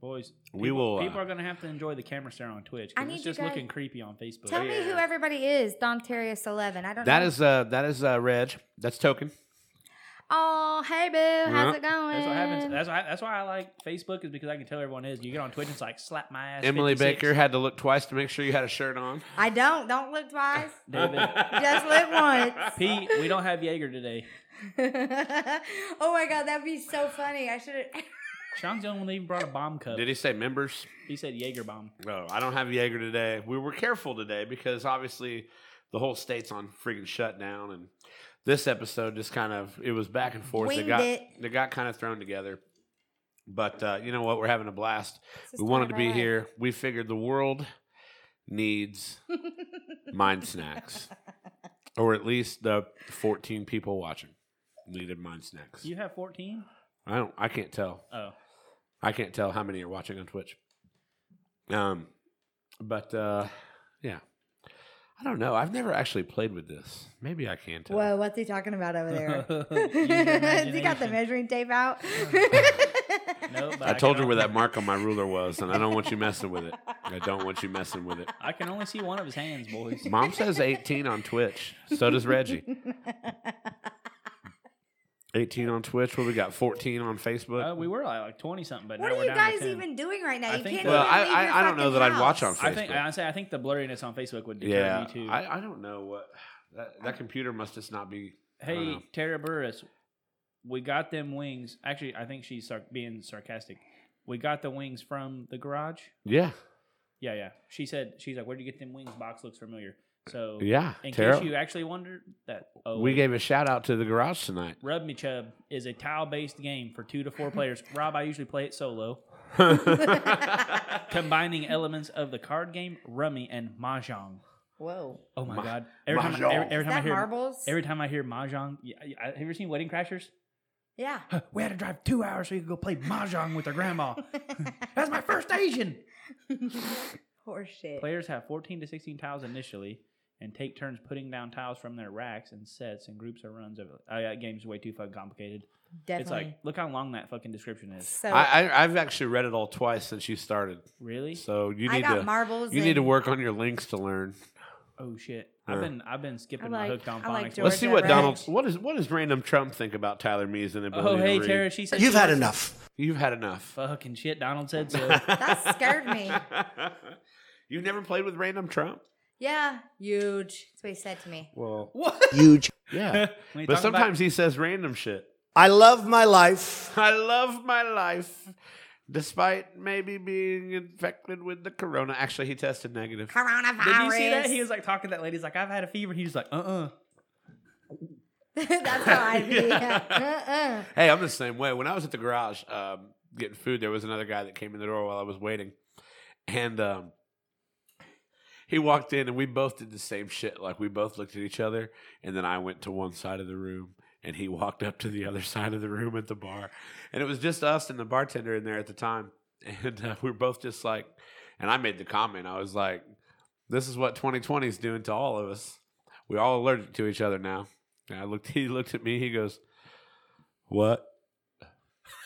Speaker 3: Boys,
Speaker 1: We
Speaker 3: people-
Speaker 1: will, uh,
Speaker 3: People are gonna have to enjoy the camera stare on Twitch. 'cause
Speaker 2: I need
Speaker 3: it's
Speaker 2: you
Speaker 3: just
Speaker 2: guys-
Speaker 3: looking creepy on Facebook.
Speaker 2: Tell me who everybody is. Don Terrius 11. I don't
Speaker 1: That
Speaker 2: know.
Speaker 1: is uh that is uh Reg. That's token.
Speaker 2: Oh, hey, boo. How's it going?
Speaker 3: That's what happens. That's why, that's why I like Facebook is because I can tell everyone is. You get on Twitch, it's like slap my ass.
Speaker 1: Emily
Speaker 3: 56.
Speaker 1: Baker had to look twice to make sure you had a shirt on.
Speaker 2: I don't. Don't look twice.
Speaker 1: (laughs)
Speaker 3: David,
Speaker 2: Just look
Speaker 3: (laughs)
Speaker 2: once.
Speaker 3: Pete, we don't have Jaeger today.
Speaker 2: (laughs) oh, my God. That'd be so funny. I should (laughs) have.
Speaker 3: Sean's the only one that even brought a bomb cup.
Speaker 1: Did he say members?
Speaker 3: He said Jaeger bomb.
Speaker 1: No, I don't have Jaeger today. We were careful today because obviously the whole state's on freaking shutdown and this episode just kind of it was back and forth.
Speaker 2: Winged
Speaker 1: it got
Speaker 2: it.
Speaker 1: it got kind of thrown together. But uh, you know what? We're having a blast.
Speaker 2: It's the
Speaker 1: we wanted to
Speaker 2: story
Speaker 1: be
Speaker 2: of our life.
Speaker 1: here. We figured the world needs mind
Speaker 2: (laughs)
Speaker 1: snacks. Or at least the 14 people watching needed mind snacks.
Speaker 3: You have fourteen?
Speaker 1: I don't I can't tell.
Speaker 3: Oh,
Speaker 1: I can't tell how many are watching on Twitch. Um, but uh, yeah, I don't know. I've never actually played with this. Maybe I can tell.
Speaker 2: Whoa, what's he talking about over (laughs)
Speaker 3: (laughs)
Speaker 2: there? (laughs)
Speaker 3: Use your
Speaker 2: Has he got the
Speaker 3: imagination.
Speaker 2: measuring tape out? (laughs)
Speaker 3: (laughs) No, but
Speaker 1: I told
Speaker 3: can
Speaker 1: you where
Speaker 3: only-
Speaker 1: that mark on my ruler was, and I don't want you messing
Speaker 2: (laughs)
Speaker 1: with it. I don't want you messing with it.
Speaker 3: (laughs) I can only see one of his hands,
Speaker 1: (laughs)
Speaker 3: boys.
Speaker 1: Mom says 18 on Twitch. So does Reggie. (laughs) 18 on Twitch. What we got? 14 on Facebook.
Speaker 3: Uh, we were like, like twenty something, but
Speaker 2: what
Speaker 3: now
Speaker 2: are
Speaker 3: we're
Speaker 2: you
Speaker 3: down to
Speaker 2: guys
Speaker 3: 10.
Speaker 2: even doing right now?
Speaker 3: I
Speaker 2: you
Speaker 3: think-
Speaker 2: can't
Speaker 1: well,
Speaker 2: even
Speaker 1: I,
Speaker 2: leave your
Speaker 1: I, I don't know
Speaker 2: fucking
Speaker 1: that I'd watch on
Speaker 2: house.
Speaker 1: Facebook.
Speaker 3: I think honestly, I think the blurriness on Facebook would deter
Speaker 1: yeah,
Speaker 3: me too.
Speaker 1: I, I don't know what. That, that computer must just not be. I don't
Speaker 3: Hey,
Speaker 1: know.
Speaker 3: Tara Burris, we got them wings. Actually, I think she's sar- being sarcastic. We got the wings from the garage.
Speaker 1: Yeah,
Speaker 3: Yeah, yeah. She said she's like, "Where'd you get them wings?" Box looks familiar. So
Speaker 1: yeah.
Speaker 3: in
Speaker 1: Tara,
Speaker 3: case you actually wondered, that oh,
Speaker 1: we gave a shout out to the garage (laughs) tonight.
Speaker 3: Rub Me Chub is a tile-based game for two to
Speaker 1: (laughs)
Speaker 3: four players. Rob, I usually play it solo,
Speaker 2: (laughs)
Speaker 3: combining elements of the card game, rummy, and mahjong.
Speaker 2: Whoa.
Speaker 3: Oh my
Speaker 1: Ma-
Speaker 3: god! Every time, I,
Speaker 1: mahjong.
Speaker 3: every, every
Speaker 2: Is
Speaker 3: time I
Speaker 2: that
Speaker 3: hear
Speaker 2: marbles?
Speaker 3: every time I hear mahjong, yeah, I- I- have you ever seen Wedding Crashers?
Speaker 2: yeah.
Speaker 3: Huh, (laughs) we had to drive two hours so you could go play mahjong with our (laughs) grandma. That's my first
Speaker 2: (laughs)
Speaker 3: Asian.
Speaker 2: Horseshit.
Speaker 3: Players have 14 to 16 tiles initially and take turns putting down tiles from their racks and sets in groups or runs of it. I got game's way too fucking complicated.
Speaker 2: Definitely.
Speaker 3: It's like, look how long that fucking description is.
Speaker 2: so I,
Speaker 1: I, I I've actually read it all twice since you started,
Speaker 3: Really?
Speaker 1: so you need
Speaker 2: got
Speaker 1: to
Speaker 2: marbles.
Speaker 1: you need to
Speaker 2: and-
Speaker 1: work on your links to learn.
Speaker 3: Oh shit.
Speaker 1: Yeah.
Speaker 3: I've been I've been skipping
Speaker 2: like-
Speaker 3: my hooked on
Speaker 2: I like
Speaker 3: phonics.
Speaker 2: Georgia.
Speaker 1: Let's see what
Speaker 2: Reg.
Speaker 1: Donald. What is what does random Trump think about Tyler Mee's inability
Speaker 3: Oh
Speaker 1: to
Speaker 3: hey
Speaker 1: read?
Speaker 3: Tara, she said
Speaker 4: You've
Speaker 3: she
Speaker 4: had
Speaker 3: likes-
Speaker 4: enough.
Speaker 1: You've had enough.
Speaker 3: Fucking shit, Donald said so.
Speaker 2: That scared me.
Speaker 1: (laughs) You've never played with random Trump?
Speaker 2: Yeah. Huge. That's what he said to me.
Speaker 1: Well,
Speaker 3: (laughs) what?
Speaker 4: Huge.
Speaker 1: yeah.
Speaker 3: When you
Speaker 1: but
Speaker 3: talk about-
Speaker 1: sometimes he says random shit. (laughs)
Speaker 4: I love my life.
Speaker 1: I love my life, despite maybe being infected with the corona. Actually, he tested negative.
Speaker 2: Coronavirus.
Speaker 3: did you see that? He was like talking to that lady. He's like, I've had a fever. He's like, uh uh
Speaker 2: (laughs) That's how I be.
Speaker 1: Yeah.
Speaker 2: (laughs) Yeah.
Speaker 1: Hey, I'm the same way. When I was at the garage um, getting food, there was another guy that came in the door while I was waiting, and um, he walked in, and we both did the same shit. Like we both looked at each other, and then I went to one side of the room, and he (laughs) walked up to the other side of the room at the bar, and it was just us and the bartender in there at the time, and uh, we were both just like, and I made the comment. I was like, "This is what 2020 is doing to all of us. We're all allergic to each other now." And I looked. (laughs) He looked at me. He goes. What?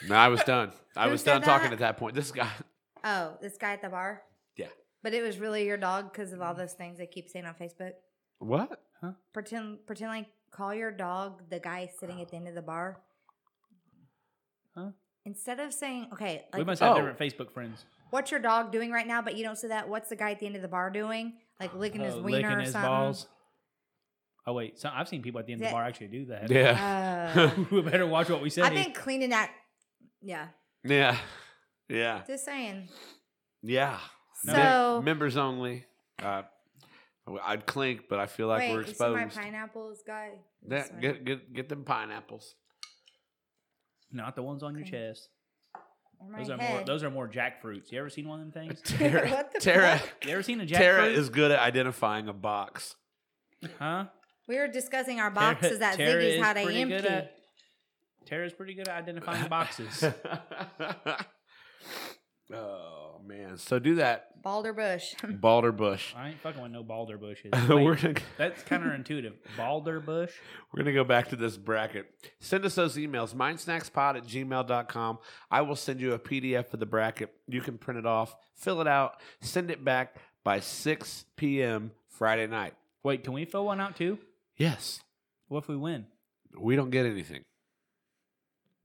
Speaker 1: No, I was done. I
Speaker 2: Who
Speaker 1: was
Speaker 2: said
Speaker 1: done talking
Speaker 2: that?
Speaker 1: at that point. This guy. (laughs)
Speaker 2: Oh, this guy at the bar?
Speaker 1: Yeah.
Speaker 2: But it was really your dog because of all those things they keep saying on Facebook.
Speaker 1: What?
Speaker 2: Pretend, pretend like call your dog the guy sitting at the end of the bar.
Speaker 3: Huh?
Speaker 2: Instead of saying, okay,
Speaker 3: We
Speaker 2: like,
Speaker 3: must
Speaker 1: Oh.
Speaker 3: have different Facebook friends.
Speaker 2: what's your dog doing right now? But you don't say that. What's the guy at the end of the bar doing? Like licking his
Speaker 3: Oh,
Speaker 2: wiener or something.
Speaker 3: Oh wait, so I've seen people at the end of
Speaker 2: Yeah.
Speaker 3: the bar actually do (laughs) that.
Speaker 1: Yeah. (laughs)
Speaker 2: Uh,
Speaker 3: we better watch what we say.
Speaker 2: I've been cleaning that. Yeah,
Speaker 1: yeah. Yeah.
Speaker 2: just saying.
Speaker 1: Yeah.
Speaker 2: So
Speaker 1: Mem- members only. Uh, I'd clink, but I feel like
Speaker 2: wait,
Speaker 1: we're
Speaker 2: you see my
Speaker 1: exposed.
Speaker 2: pineapples guy.
Speaker 1: That-
Speaker 2: Sorry.
Speaker 1: get get get them
Speaker 2: (laughs)
Speaker 1: pineapples.
Speaker 3: Not the ones on your
Speaker 2: Okay.
Speaker 3: chest.
Speaker 2: Or my
Speaker 3: Those are more.
Speaker 2: head.
Speaker 3: Those are more jackfruits. You ever seen one of
Speaker 1: (laughs)
Speaker 3: them things?
Speaker 1: Tara.
Speaker 2: What the
Speaker 1: Tara.
Speaker 3: You ever seen a jackfruit?
Speaker 1: Tara is good at identifying a box.
Speaker 3: huh?
Speaker 2: we were discussing our boxes that
Speaker 3: Tara
Speaker 2: Ziggy's
Speaker 3: is
Speaker 2: had. I
Speaker 3: pretty
Speaker 2: empty.
Speaker 3: good at- Tara's pretty good at
Speaker 1: (laughs)
Speaker 3: identifying boxes.
Speaker 1: oh man! So do that,
Speaker 2: Balder Bush. (laughs)
Speaker 1: Balder Bush.
Speaker 3: I ain't fucking with no balder bushes.
Speaker 1: (laughs) we're
Speaker 3: (laughs) Wait,
Speaker 1: gonna
Speaker 3: that's counterintuitive. Balder bush.
Speaker 1: We're going to go back to this bracket. Send us those emails, mindsnackspod at gmail.com. I will send you a PDF of the bracket. You can print it off, fill it out, send it back by 6 p.m. Friday night.
Speaker 3: Wait, can we fill one out too?
Speaker 1: Yes,
Speaker 3: What if we win?
Speaker 1: we don't get anything,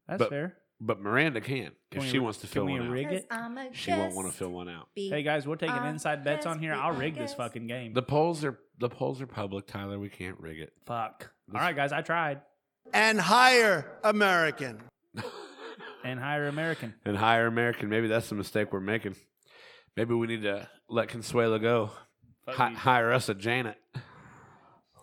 Speaker 3: That's
Speaker 1: But-
Speaker 3: fair.
Speaker 1: but Miranda can if
Speaker 3: Can we
Speaker 1: she
Speaker 3: re-
Speaker 1: wants to
Speaker 3: can
Speaker 1: fill
Speaker 3: we
Speaker 1: one out.
Speaker 3: re- Rig
Speaker 2: 'Cause
Speaker 3: it?
Speaker 2: I'm a
Speaker 1: She won't want to
Speaker 2: guest
Speaker 1: fill one out.
Speaker 2: bee.
Speaker 3: Hey guys, we're taking
Speaker 2: Uh,
Speaker 3: inside bets on here.
Speaker 2: yes,
Speaker 3: I'll
Speaker 2: we-
Speaker 3: rig this
Speaker 2: yes.
Speaker 3: fucking game.
Speaker 1: The polls are the polls are public, Tyler. We can't rig it. (laughs)
Speaker 3: Fuck. All right, guys, I tried.
Speaker 4: And hire American.
Speaker 3: And hire American.
Speaker 1: And hire American, maybe that's the mistake we're making. Maybe we need to let Consuela go.
Speaker 3: Fuck
Speaker 1: Hi-
Speaker 3: you.
Speaker 1: hire us a Janet.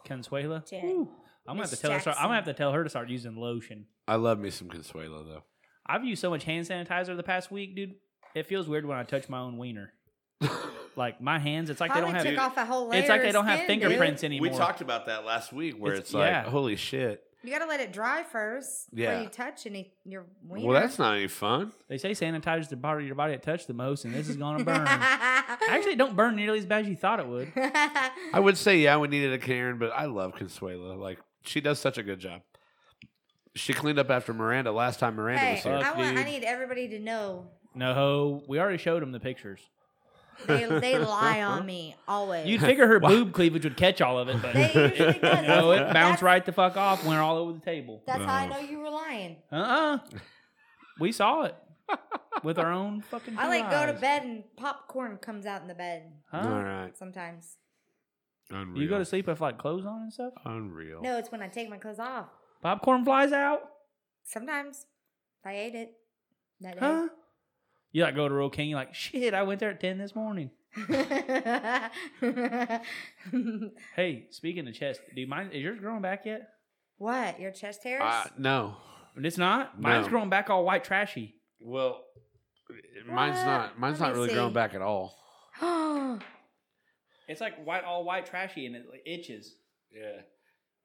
Speaker 3: Consuela.
Speaker 2: Jack.
Speaker 3: Woo. I'm gonna have to
Speaker 2: Miss
Speaker 3: tell her. Start, I'm gonna have
Speaker 2: Jackson.
Speaker 3: to tell her to start using lotion.
Speaker 1: I love me some Consuela though.
Speaker 3: (laughs) I've used so much hand sanitizer the past week, dude. It feels weird when I touch my own wiener. like my hands, it's like
Speaker 2: Probably
Speaker 3: they don't have.
Speaker 2: took off a whole layer
Speaker 3: it's like they
Speaker 2: of
Speaker 3: don't have
Speaker 2: skin, dude.
Speaker 3: fingerprints anymore.
Speaker 1: We talked about that last week, where it's,
Speaker 3: It's-
Speaker 1: like,
Speaker 3: yeah.
Speaker 1: holy shit.
Speaker 2: You gotta let it dry first
Speaker 1: Yeah.
Speaker 2: before you touch any your wiener.
Speaker 1: Well, that's not any fun.
Speaker 3: They say sanitize is the part of your body that touched the most, and this is
Speaker 2: (laughs)
Speaker 3: gonna burn. Actually, it don't burn nearly as bad as you thought it would.
Speaker 1: I would say, yeah, we needed a Karen, but I love Consuela. Like, she does such a good job. She cleaned up after Miranda last time Miranda
Speaker 2: hey,
Speaker 1: was
Speaker 3: Fuck,
Speaker 1: here.
Speaker 2: I, want, I
Speaker 3: dude.
Speaker 2: need everybody to
Speaker 3: (laughs)
Speaker 2: know
Speaker 3: No, we already showed them the pictures.
Speaker 2: they they lie on me always.
Speaker 3: You'd figure her boob cleavage would catch all of it, but (laughs)
Speaker 2: they usually does.
Speaker 3: no,
Speaker 2: (laughs)
Speaker 3: it
Speaker 2: That's-
Speaker 3: bounced right the fuck off, went all over the table.
Speaker 2: That's how I
Speaker 1: Oh.
Speaker 2: know you were lying.
Speaker 3: Uh uh We saw it with our own fucking.
Speaker 2: I like
Speaker 3: two
Speaker 2: go to
Speaker 3: eyes.
Speaker 2: bed and popcorn comes out in the bed
Speaker 3: Huh?
Speaker 1: All right.
Speaker 2: sometimes.
Speaker 1: Unreal.
Speaker 3: You go to sleep with like clothes on and stuff.
Speaker 1: Unreal.
Speaker 2: No, it's when I take my clothes off.
Speaker 3: Popcorn flies out.
Speaker 2: Sometimes if I ate it that day.
Speaker 3: Huh? You like go to Roll King. You're like, shit. I went there at ten this morning.
Speaker 2: (laughs)
Speaker 3: (laughs) Hey, speaking of chest, do you mind? Is yours growing back yet?
Speaker 2: what? Your chest hairs?
Speaker 1: Uh, no.
Speaker 3: It's not. Mine's
Speaker 1: No.
Speaker 3: growing back all white trashy.
Speaker 1: Well, mine's
Speaker 2: Uh,
Speaker 1: not. Mine's
Speaker 2: let
Speaker 1: not
Speaker 2: me
Speaker 1: really growing
Speaker 2: see.
Speaker 1: back at all.
Speaker 3: It's like white, all white trashy, and it like, itches.
Speaker 1: Yeah.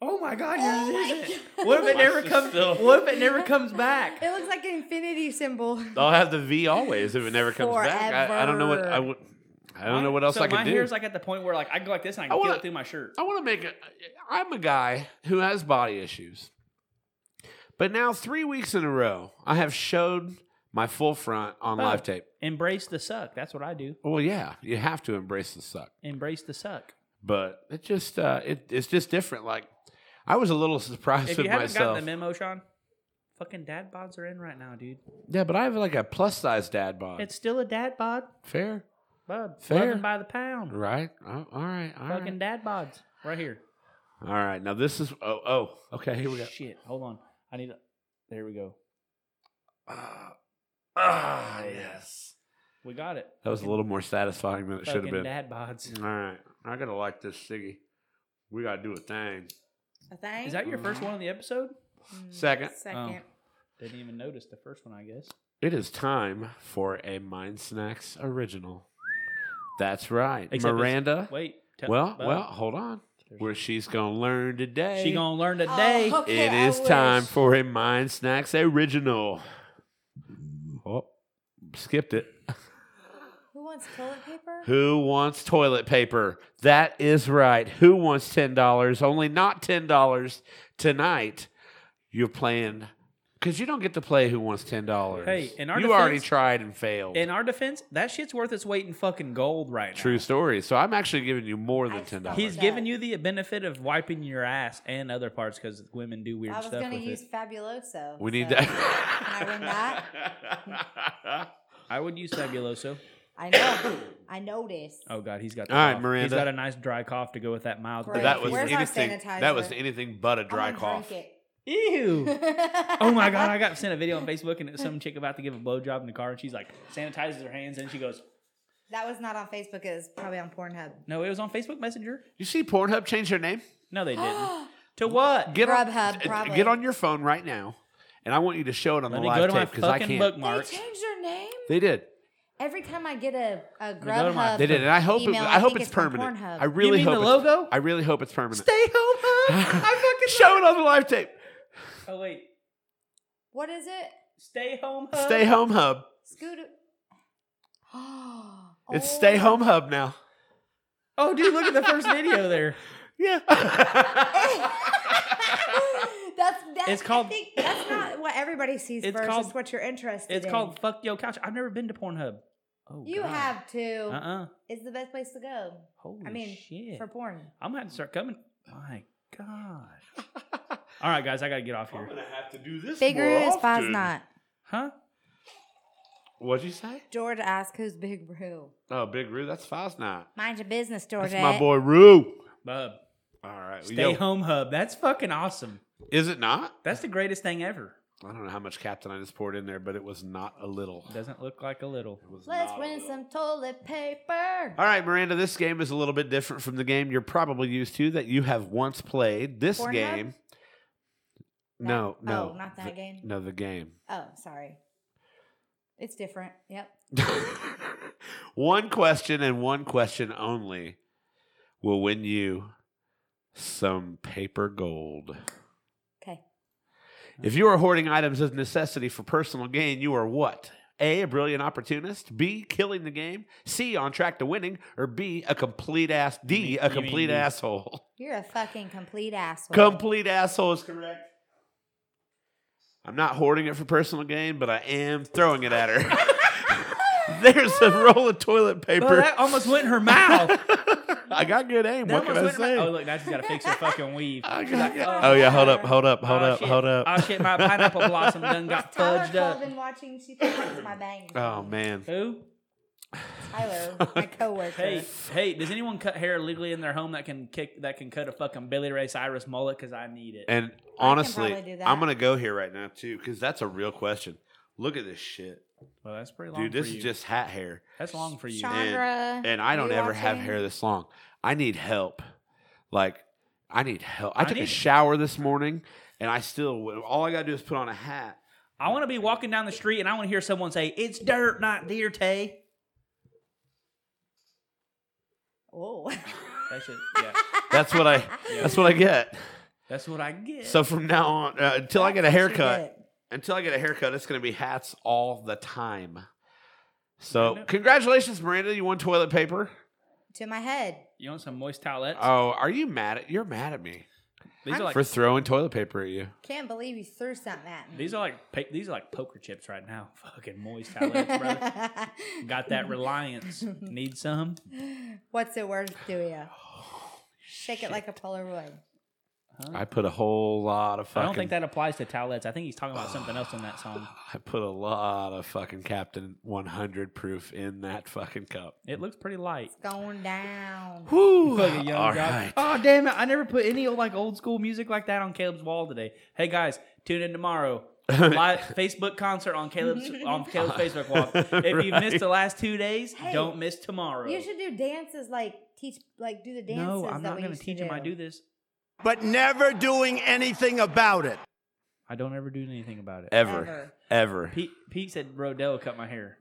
Speaker 3: Oh my god,
Speaker 2: Oh
Speaker 3: yours
Speaker 2: my
Speaker 3: isn't.
Speaker 2: God.
Speaker 3: What if
Speaker 1: (laughs)
Speaker 3: it
Speaker 1: Mine's
Speaker 3: never
Speaker 1: just
Speaker 3: comes?
Speaker 1: still-
Speaker 3: What if it never comes
Speaker 2: (gasps)
Speaker 3: back?
Speaker 2: it looks like an infinity symbol. (laughs)
Speaker 1: I'll have the V always if it never comes back. I, I don't know what I
Speaker 2: Forever.
Speaker 1: would. I don't know what else
Speaker 3: so
Speaker 1: I could
Speaker 3: my
Speaker 1: do.
Speaker 3: hair's like at the point where like I go like this and I can
Speaker 1: I
Speaker 3: feel
Speaker 1: wanna-
Speaker 3: it through my shirt.
Speaker 1: I want to make a. I'm a guy who has body issues, but now three weeks in a row, I have showed my full front on
Speaker 3: Oh.
Speaker 1: live tape.
Speaker 3: Embrace the suck. That's what I do.
Speaker 1: Well, yeah, you have to embrace the suck,
Speaker 3: Embrace the suck.
Speaker 1: but it just uh, it, it's just different. Like I was a little surprised
Speaker 3: If
Speaker 1: with
Speaker 3: you haven't
Speaker 1: myself.
Speaker 3: gotten the memo, Sean, fucking dad bods are in right now, dude.
Speaker 1: yeah, but I have like a plus size dad bod.
Speaker 3: It's still a dad bod,
Speaker 1: fair,
Speaker 3: bud.
Speaker 1: Fair.
Speaker 3: Loving by the pound.
Speaker 1: right? Oh, all right, all right.
Speaker 3: Fucking dad bods right here.
Speaker 1: all right. Now this is oh oh okay. Here we go.
Speaker 3: Shit, hold on. I need. A, there we go.
Speaker 1: Ah, ah, yes.
Speaker 3: We got it.
Speaker 1: That was a little more satisfying than it should have
Speaker 3: Fucking
Speaker 1: been.
Speaker 3: dad bods.
Speaker 1: All right, I gotta like this ciggy. We gotta do a thing.
Speaker 2: A thing?
Speaker 3: Is that Oh. your first one on the episode?
Speaker 2: Mm,
Speaker 1: Second.
Speaker 2: Second.
Speaker 3: Didn't even notice the first one, I guess.
Speaker 1: It is time for a Mind Snacks original. That's right,
Speaker 3: Except it's-
Speaker 1: Miranda.
Speaker 3: Wait. tell-
Speaker 1: well,
Speaker 3: bud,
Speaker 1: well, hold on. Where she's gonna learn today?
Speaker 3: she gonna learn today.
Speaker 2: Oh, (laughs) okay,
Speaker 1: it
Speaker 2: I
Speaker 1: is time
Speaker 2: wish.
Speaker 1: for a Mind Snacks original. Oh, skipped it.
Speaker 2: Who wants toilet paper?
Speaker 1: Who wants toilet paper? That is right. Who wants ten dollars? Only not ten dollars tonight. You're playing because you don't get to play. Who wants ten dollars?
Speaker 3: Hey, in our
Speaker 1: you already
Speaker 3: defense-
Speaker 1: tried and failed.
Speaker 3: In our defense, that shit's worth its weight in fucking gold right now.
Speaker 1: True story. So I'm actually giving you more
Speaker 2: I
Speaker 1: than
Speaker 2: saw
Speaker 1: ten dollars.
Speaker 3: He's
Speaker 2: Like
Speaker 3: giving
Speaker 2: that.
Speaker 3: you the benefit of wiping your ass and other parts because women do weird
Speaker 2: I was
Speaker 3: stuff
Speaker 2: going to
Speaker 3: with
Speaker 2: use
Speaker 3: it.
Speaker 2: Fabuloso.
Speaker 1: We need
Speaker 2: so
Speaker 1: that.
Speaker 2: I win
Speaker 1: that?
Speaker 3: I would use Fabuloso.
Speaker 2: I know.
Speaker 1: (coughs)
Speaker 2: I know this.
Speaker 3: Oh God, he's got. The
Speaker 1: All right,
Speaker 3: cough.
Speaker 1: Miranda.
Speaker 3: He's got a nice dry cough to go with that mild.
Speaker 1: (laughs)
Speaker 2: Great.
Speaker 1: that was
Speaker 2: Where's our
Speaker 1: anything. That
Speaker 2: sanitizer?
Speaker 1: was anything but a dry
Speaker 2: I'm gonna
Speaker 1: cough.
Speaker 2: drink
Speaker 3: ew.
Speaker 2: (laughs) it.
Speaker 3: Oh my God, I got sent a video on Facebook and it was some chick about to give a blowjob in the car and she's like sanitizes her hands and she goes,
Speaker 2: (laughs) That was not on Facebook. It was probably on Pornhub.
Speaker 3: "No, it was on Facebook Messenger."
Speaker 1: You see, Pornhub changed their name.
Speaker 3: No, they
Speaker 2: (gasps)
Speaker 3: didn't. to what?
Speaker 1: Get on,
Speaker 2: Grubhub,
Speaker 1: d- d-
Speaker 2: probably.
Speaker 1: get on your phone right now, and I want you to show it on
Speaker 3: Let
Speaker 1: the
Speaker 3: me go
Speaker 1: live
Speaker 3: to my
Speaker 1: tape because I
Speaker 3: fucking
Speaker 1: can't.
Speaker 2: They
Speaker 3: bookmark.
Speaker 2: changed their name?
Speaker 1: They did.
Speaker 2: Every time I get a, a
Speaker 3: go to my-
Speaker 2: Grubhub.
Speaker 1: They did, and I hope it,
Speaker 2: email,
Speaker 1: I, hope
Speaker 2: think
Speaker 1: it's
Speaker 2: from
Speaker 1: permanent.
Speaker 2: Pornhub.
Speaker 1: I really
Speaker 3: mean
Speaker 1: hope
Speaker 3: the
Speaker 1: it's-
Speaker 3: logo?
Speaker 1: I really hope it's permanent.
Speaker 3: Stay
Speaker 1: (laughs)
Speaker 3: home. hon. I fucking
Speaker 1: Show it on the live tape.
Speaker 3: Oh wait,
Speaker 2: what is it?
Speaker 3: stay home. hon.
Speaker 2: Oh.
Speaker 1: Stay home hub.
Speaker 2: Scooter. (gasps) Oh,
Speaker 1: It's stay home hub now.
Speaker 3: Oh dude, look at the first
Speaker 2: (laughs)
Speaker 3: video there.
Speaker 1: (laughs) Yeah.
Speaker 2: (laughs) that's that's
Speaker 3: It's
Speaker 2: it's
Speaker 3: called-
Speaker 2: called. that's
Speaker 3: (coughs)
Speaker 2: not what everybody sees
Speaker 3: It's
Speaker 2: first.
Speaker 3: called-
Speaker 2: it's what you're interested.
Speaker 3: It's
Speaker 2: in.
Speaker 3: called "Fuck Yo Couch." I've never been to Pornhub. Oh,
Speaker 2: You have to.
Speaker 3: Uh uh
Speaker 2: It's the best place to go.
Speaker 3: Holy
Speaker 2: I mean,
Speaker 3: shit!
Speaker 2: for porn.
Speaker 3: I'm gonna have to start coming. My
Speaker 2: (laughs)
Speaker 3: God. All right, guys, I gotta get off here.
Speaker 1: have to do this.
Speaker 2: Bigger is Foz not.
Speaker 3: Huh?
Speaker 1: What'd you say?
Speaker 2: George asked who's Big Brew.
Speaker 1: Oh, Big Roo. That's Fosnot.
Speaker 2: Mind your business, George.
Speaker 1: That's my boy Roo.
Speaker 3: Bub.
Speaker 1: All right.
Speaker 3: Stay
Speaker 1: Yo,
Speaker 3: home hub. That's fucking awesome.
Speaker 1: Is it not?
Speaker 3: That's the greatest thing ever.
Speaker 1: I don't know how much Captain I just poured in there, but it was not a little.
Speaker 3: Doesn't look like a little.
Speaker 1: It was
Speaker 2: Let's
Speaker 1: not a
Speaker 2: win
Speaker 1: little.
Speaker 2: some toilet paper.
Speaker 1: All right, Miranda, this game is a little bit different from the game you're probably used to that you have once played. This
Speaker 2: Pornhub?
Speaker 1: game. No,
Speaker 2: That-
Speaker 1: no.
Speaker 2: oh, not
Speaker 1: the-
Speaker 2: that game?
Speaker 1: No, the game. (laughs)
Speaker 2: Oh, sorry. It's different. Yep.
Speaker 1: one question and one question only will win you some paper gold.
Speaker 2: Okay.
Speaker 1: If you are hoarding items of necessity for personal gain, you are what? A, a brilliant opportunist. B, killing the game. C, on track to winning. Or B, a complete ass.
Speaker 3: You mean-
Speaker 1: D,
Speaker 3: you
Speaker 1: a
Speaker 3: mean
Speaker 1: complete
Speaker 3: D.
Speaker 1: asshole. (laughs)
Speaker 2: You're a fucking complete asshole.
Speaker 1: Complete asshole is correct. I'm not hoarding it for personal gain, but I am throwing it at her. (laughs) There's a roll of toilet paper.
Speaker 3: Oh, that almost
Speaker 1: (laughs)
Speaker 3: went in her mouth. That
Speaker 1: I got good aim. What can
Speaker 3: almost
Speaker 1: I
Speaker 3: went in her
Speaker 1: say?
Speaker 3: mouth. Oh, look, now she's got to fix her fucking weave.
Speaker 1: I got- oh yeah, hold up, hold up, (laughs) hold
Speaker 3: Oh,
Speaker 1: up,
Speaker 3: shit.
Speaker 1: hold up.
Speaker 3: Oh, shit, my
Speaker 1: (laughs)
Speaker 3: pineapple blossom done got
Speaker 2: Tyler
Speaker 3: fudged
Speaker 2: Cole
Speaker 1: (laughs)
Speaker 3: up.
Speaker 2: been watching. She thinks it's my bangers.
Speaker 1: Oh man,
Speaker 3: Who?
Speaker 2: Tyler, my coworker.
Speaker 3: (laughs) Hey, hey, does anyone cut hair legally in their home that can kick that can cut a fucking Billy Ray Cyrus mullet? Because I need it.
Speaker 1: And
Speaker 2: probably
Speaker 1: honestly,
Speaker 2: do that.
Speaker 1: I'm gonna go here right now too because that's a real question. Look at this shit,
Speaker 3: well, that's pretty long.
Speaker 1: dude. This
Speaker 3: for
Speaker 1: is
Speaker 3: you.
Speaker 1: just hat hair,
Speaker 3: that's long for you.
Speaker 1: And-
Speaker 2: Chandra.
Speaker 1: and I don't
Speaker 2: you
Speaker 1: ever have
Speaker 2: watching?
Speaker 1: hair this long. I need help. Like, I need help. I
Speaker 3: I
Speaker 1: took a
Speaker 3: need-
Speaker 1: shower this morning, and I still all I gotta do is put on a hat.
Speaker 3: I want to be walking down the street and I want to hear someone say, "It's dirt, not deer tay." (laughs)
Speaker 2: Oh. (laughs)
Speaker 3: That's it. Yeah,
Speaker 1: That's what I. That's what I get.
Speaker 3: that's what I get.
Speaker 1: So from now on, uh, until I get a haircut,
Speaker 2: That's
Speaker 1: until I get a haircut, it's going to be hats all the time. So
Speaker 3: Miranda?
Speaker 1: congratulations, Miranda. You won toilet paper.
Speaker 2: what you get. To my head.
Speaker 3: you want some moist towelettes?
Speaker 1: Oh, are you mad at? You're mad at me
Speaker 3: these are like
Speaker 1: for throwing toilet paper at you.
Speaker 2: Can't believe you threw something at me.
Speaker 3: these are like pa- these are like poker chips right now. (laughs) Fucking moist
Speaker 2: (laughs)
Speaker 3: towelettes, brother. Got that reliance. Need some?
Speaker 2: What's it worth to
Speaker 3: (sighs)
Speaker 2: you? Shake it like a Polaroid.
Speaker 1: I put a whole lot of fucking.
Speaker 3: I don't think that applies to towelettes. I think he's talking about something else in that song.
Speaker 1: I put a lot of fucking Captain 100 proof in that fucking cup.
Speaker 3: It looks pretty light.
Speaker 2: Going down.
Speaker 3: (sighs)
Speaker 1: Whoo!
Speaker 3: Fucking young
Speaker 1: All
Speaker 3: jock.
Speaker 1: right.
Speaker 3: Oh damn it! I never put any old, like old school music like that on Caleb's wall today. Hey guys, tune
Speaker 1: (laughs)
Speaker 3: in tomorrow. Live Facebook concert on Caleb's on Caleb's Facebook wall. If you
Speaker 1: Right.
Speaker 3: missed the last two days,
Speaker 2: Hey,
Speaker 3: don't miss tomorrow.
Speaker 2: You should do dances like teach, like do the dances.
Speaker 3: no, I'm
Speaker 2: that
Speaker 3: not
Speaker 2: we
Speaker 3: going
Speaker 2: used
Speaker 3: to teach
Speaker 2: do.
Speaker 3: him. I do this.
Speaker 4: but never doing anything about it.
Speaker 3: I don't ever do anything about it.
Speaker 1: Ever. Ever.
Speaker 3: Pete, Pete said Rodell cut my hair.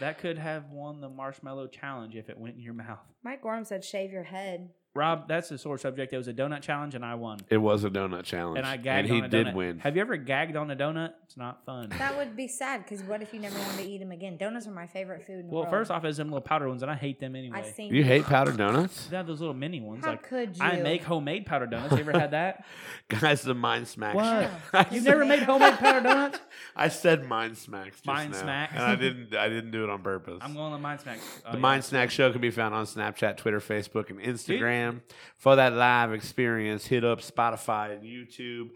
Speaker 3: That could have won the marshmallow challenge if it went in your mouth.
Speaker 2: Mike Gorham said, "Shave your head."
Speaker 3: Rob, that's a sore subject. It was a donut challenge, and I won.
Speaker 1: (laughs) it was a donut challenge.
Speaker 3: And I gagged
Speaker 1: And he
Speaker 3: on a
Speaker 1: did
Speaker 3: donut.
Speaker 1: win.
Speaker 3: Have you ever gagged on a donut? It's not fun.
Speaker 2: That would be sad because what if you never want to eat them again? Donuts are my favorite food. In the
Speaker 3: Well,
Speaker 2: world.
Speaker 3: first off, is them little powder ones, and I hate them
Speaker 2: I've
Speaker 3: anyway.
Speaker 2: seen
Speaker 1: you hate
Speaker 3: (laughs)
Speaker 1: powdered donuts?
Speaker 3: They have those little mini ones.
Speaker 2: How
Speaker 3: like
Speaker 2: could you?
Speaker 3: I make homemade powder donuts. You ever
Speaker 2: (laughs)
Speaker 3: had that?
Speaker 1: Guys, the mind smacks.
Speaker 3: What?
Speaker 1: (laughs) I
Speaker 3: You've
Speaker 1: said-
Speaker 3: never made homemade powder donuts?
Speaker 1: I said mind smacks. Just
Speaker 3: Mind
Speaker 1: now,
Speaker 3: smacks.
Speaker 1: And I didn't. I didn't do it on purpose.
Speaker 3: (laughs) I'm going to Mind Smack. Oh,
Speaker 1: the
Speaker 3: yeah.
Speaker 1: Mind Snack Show can be found on Snapchat, Twitter, Facebook, and Instagram. For that live experience, hit up Spotify and YouTube.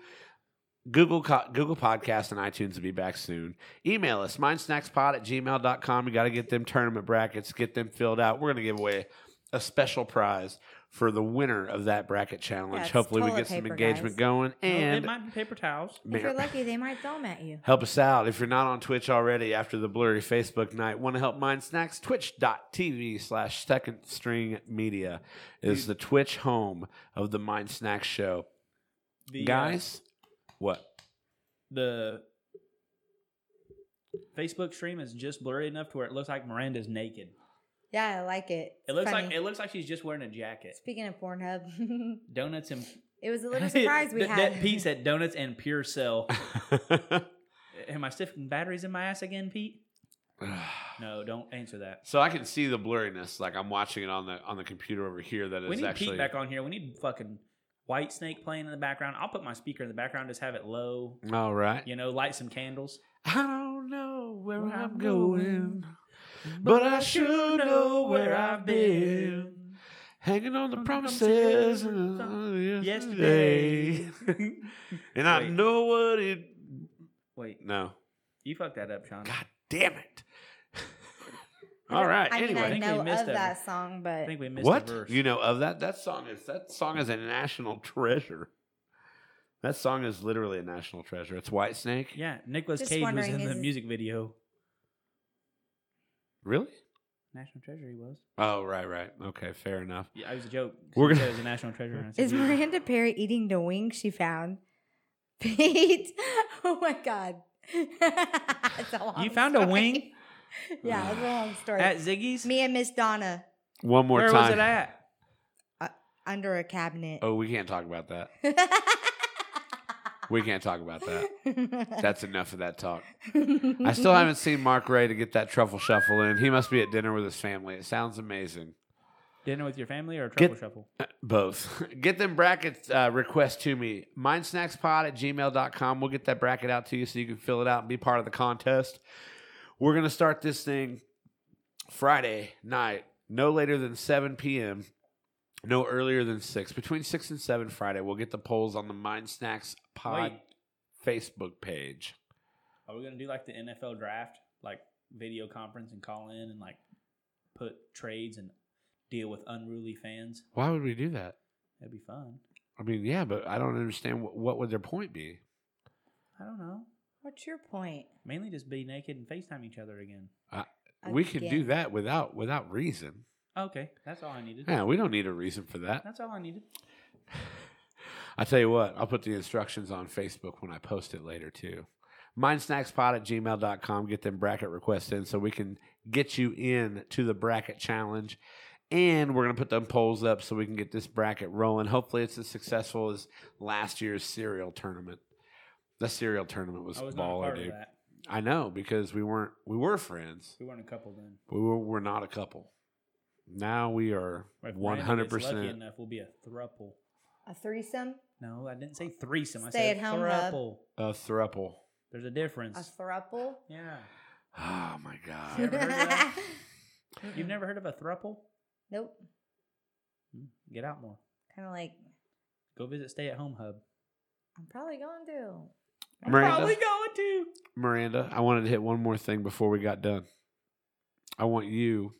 Speaker 1: Google co- Google Podcasts and iTunes will be back soon. Email us, mindsnackspod at gmail.com. You got to get them tournament brackets, get them filled out. We're going to give away a special prize for the winner of that bracket challenge.
Speaker 2: Yes,
Speaker 1: Hopefully, we
Speaker 2: toilet
Speaker 1: get some
Speaker 2: paper,
Speaker 1: engagement
Speaker 2: guys.
Speaker 1: going.
Speaker 3: No,
Speaker 1: And
Speaker 3: it might be paper towels.
Speaker 2: If you're
Speaker 1: Mar-
Speaker 2: lucky, they might throw 'em at you.
Speaker 1: Help us out if you're not on Twitch already after the blurry Facebook night. Want to help Mind Snacks? Twitch.tv slash second string media is the Twitch home of the Mind Snacks show.
Speaker 3: The, uh,
Speaker 1: Guys, what? (laughs)
Speaker 3: the Facebook stream is just blurry enough to where it looks like Miranda's naked.
Speaker 2: Yeah, I like it.
Speaker 3: It looks
Speaker 2: Funny.
Speaker 3: like it looks like she's just wearing a jacket.
Speaker 2: Speaking of Pornhub, (laughs)
Speaker 3: Donuts and
Speaker 2: it was a
Speaker 3: (laughs)
Speaker 2: little surprise we
Speaker 3: That-
Speaker 2: had.
Speaker 3: That Pete said donuts and
Speaker 1: (laughs)
Speaker 3: pure cell. Am I sticking batteries in my ass again, Pete? No, don't answer that.
Speaker 1: so I can see the blurriness. Like I'm watching it on the on the computer over here that
Speaker 3: we
Speaker 1: is
Speaker 3: need
Speaker 1: actually
Speaker 3: Pete back on here. We need fucking White Snake playing in the background. I'll put my speaker in the background, just have it low.
Speaker 1: all right.
Speaker 3: You know, light some candles.
Speaker 1: I don't know where
Speaker 3: Where
Speaker 1: I'm
Speaker 3: I'm
Speaker 1: going, but I sure know where I've been. Hanging on the promises
Speaker 3: promises
Speaker 1: of yesterday.
Speaker 3: yesterday.
Speaker 1: and I
Speaker 3: Wait.
Speaker 1: know what it.
Speaker 3: Wait,
Speaker 1: No.
Speaker 3: you fucked that up, Sean.
Speaker 1: God damn
Speaker 3: (laughs)
Speaker 1: it.
Speaker 2: I
Speaker 1: (laughs) All
Speaker 2: don't-
Speaker 1: right.
Speaker 2: I mean,
Speaker 1: anyway.
Speaker 2: I
Speaker 3: think we
Speaker 2: know of
Speaker 3: missed
Speaker 2: that,
Speaker 3: that
Speaker 2: song,
Speaker 3: I
Speaker 2: but
Speaker 3: think we missed
Speaker 1: what
Speaker 3: a verse.
Speaker 1: you know of that? That song is that song is a national treasure. That song is literally a national treasure. It's White Snake.
Speaker 3: yeah, Nicholas
Speaker 2: Just
Speaker 3: Cage was
Speaker 2: wondering,
Speaker 3: in the
Speaker 2: is it-
Speaker 3: music video.
Speaker 1: Really?
Speaker 3: National Treasure, he was.
Speaker 1: Oh, right, right. Okay, fair enough.
Speaker 3: Yeah, it was a joke.
Speaker 1: We're
Speaker 3: We're
Speaker 1: gonna-
Speaker 3: gonna. It was a national treasure. and I said,
Speaker 2: is
Speaker 3: yeah.
Speaker 2: Miranda Perry eating the wing she found? (laughs) Pete, (laughs) oh my god, (laughs) It's a long
Speaker 3: You found a
Speaker 2: story.
Speaker 3: wing
Speaker 2: (laughs) Yeah, it's a long story.
Speaker 3: at Ziggy's.
Speaker 2: Me and Miss Donna
Speaker 1: One more
Speaker 3: Where
Speaker 1: time.
Speaker 3: was it at?
Speaker 2: under a cabinet. (laughs)
Speaker 1: Oh, we can't talk about that. We can't talk about
Speaker 2: (laughs)
Speaker 1: that. That's enough of that talk. I still
Speaker 2: Mm-hmm.
Speaker 1: haven't seen Mark Ray to get that truffle shuffle in. He must be at dinner with his family. It sounds amazing.
Speaker 3: Dinner with your family or a
Speaker 1: Get-
Speaker 3: truffle shuffle?
Speaker 1: Uh, Both. (laughs) Get them brackets uh, requests to me. Mindsnackspod at gmail.com. We'll get that bracket out to you so you can fill it out and be part of the contest. We're going to start this thing Friday night, no later than 7 p.m., no earlier than 6. Between 6 and 7 Friday, we'll get the polls on the Mind Snacks Pod
Speaker 3: Wait.
Speaker 1: Facebook page.
Speaker 3: Are we gonna do like the NFL draft? Like video conference and call in and like put trades and deal with unruly fans.
Speaker 1: Why would we do that?
Speaker 3: That'd be fun.
Speaker 1: I mean, yeah, but I don't understand what, what would their point be.
Speaker 3: I don't know.
Speaker 2: What's your point?
Speaker 3: Mainly just be naked and FaceTime each other again.
Speaker 1: We can do
Speaker 2: Again.
Speaker 1: that without without reason.
Speaker 3: Okay, that's all I needed.
Speaker 1: Yeah, we don't need a reason for that.
Speaker 3: That's all I needed.
Speaker 1: I tell you what, I'll put the instructions on Facebook when I post it later too. Mindsnackspod at gmail.com. Get them bracket requests in so we can get you in to the bracket challenge. And we're going to put them polls up so we can get this bracket rolling. Hopefully, it's as successful as last year's cereal tournament. The cereal tournament was,
Speaker 3: I was not a
Speaker 1: baller,
Speaker 3: part of
Speaker 1: dude.
Speaker 3: that.
Speaker 1: I know because we weren't, we were friends.
Speaker 3: We weren't a couple then.
Speaker 1: We were, we're not a couple. Now we are
Speaker 3: If
Speaker 1: one
Speaker 3: Brandon
Speaker 1: hundred
Speaker 3: gets Lucky
Speaker 1: percent.
Speaker 3: enough, we'll be a thruple.
Speaker 2: A threesome?
Speaker 3: No, I didn't say threesome. I
Speaker 2: Stay
Speaker 3: said
Speaker 2: at home hub.
Speaker 3: thruple.
Speaker 1: A thruple.
Speaker 3: There's a
Speaker 2: A
Speaker 3: difference.
Speaker 2: thruple?
Speaker 3: yeah.
Speaker 1: Oh my
Speaker 3: You
Speaker 1: god!
Speaker 3: ever heard
Speaker 2: (laughs)
Speaker 3: of that? You've never heard of a thruple?
Speaker 2: nope.
Speaker 3: Hmm, Get out more.
Speaker 2: Kind of like
Speaker 3: Go visit Stay at Home Hub.
Speaker 2: I'm probably going to.
Speaker 1: Miranda.
Speaker 3: Probably going to.
Speaker 1: Miranda, I wanted to hit one more thing before we got done. I want you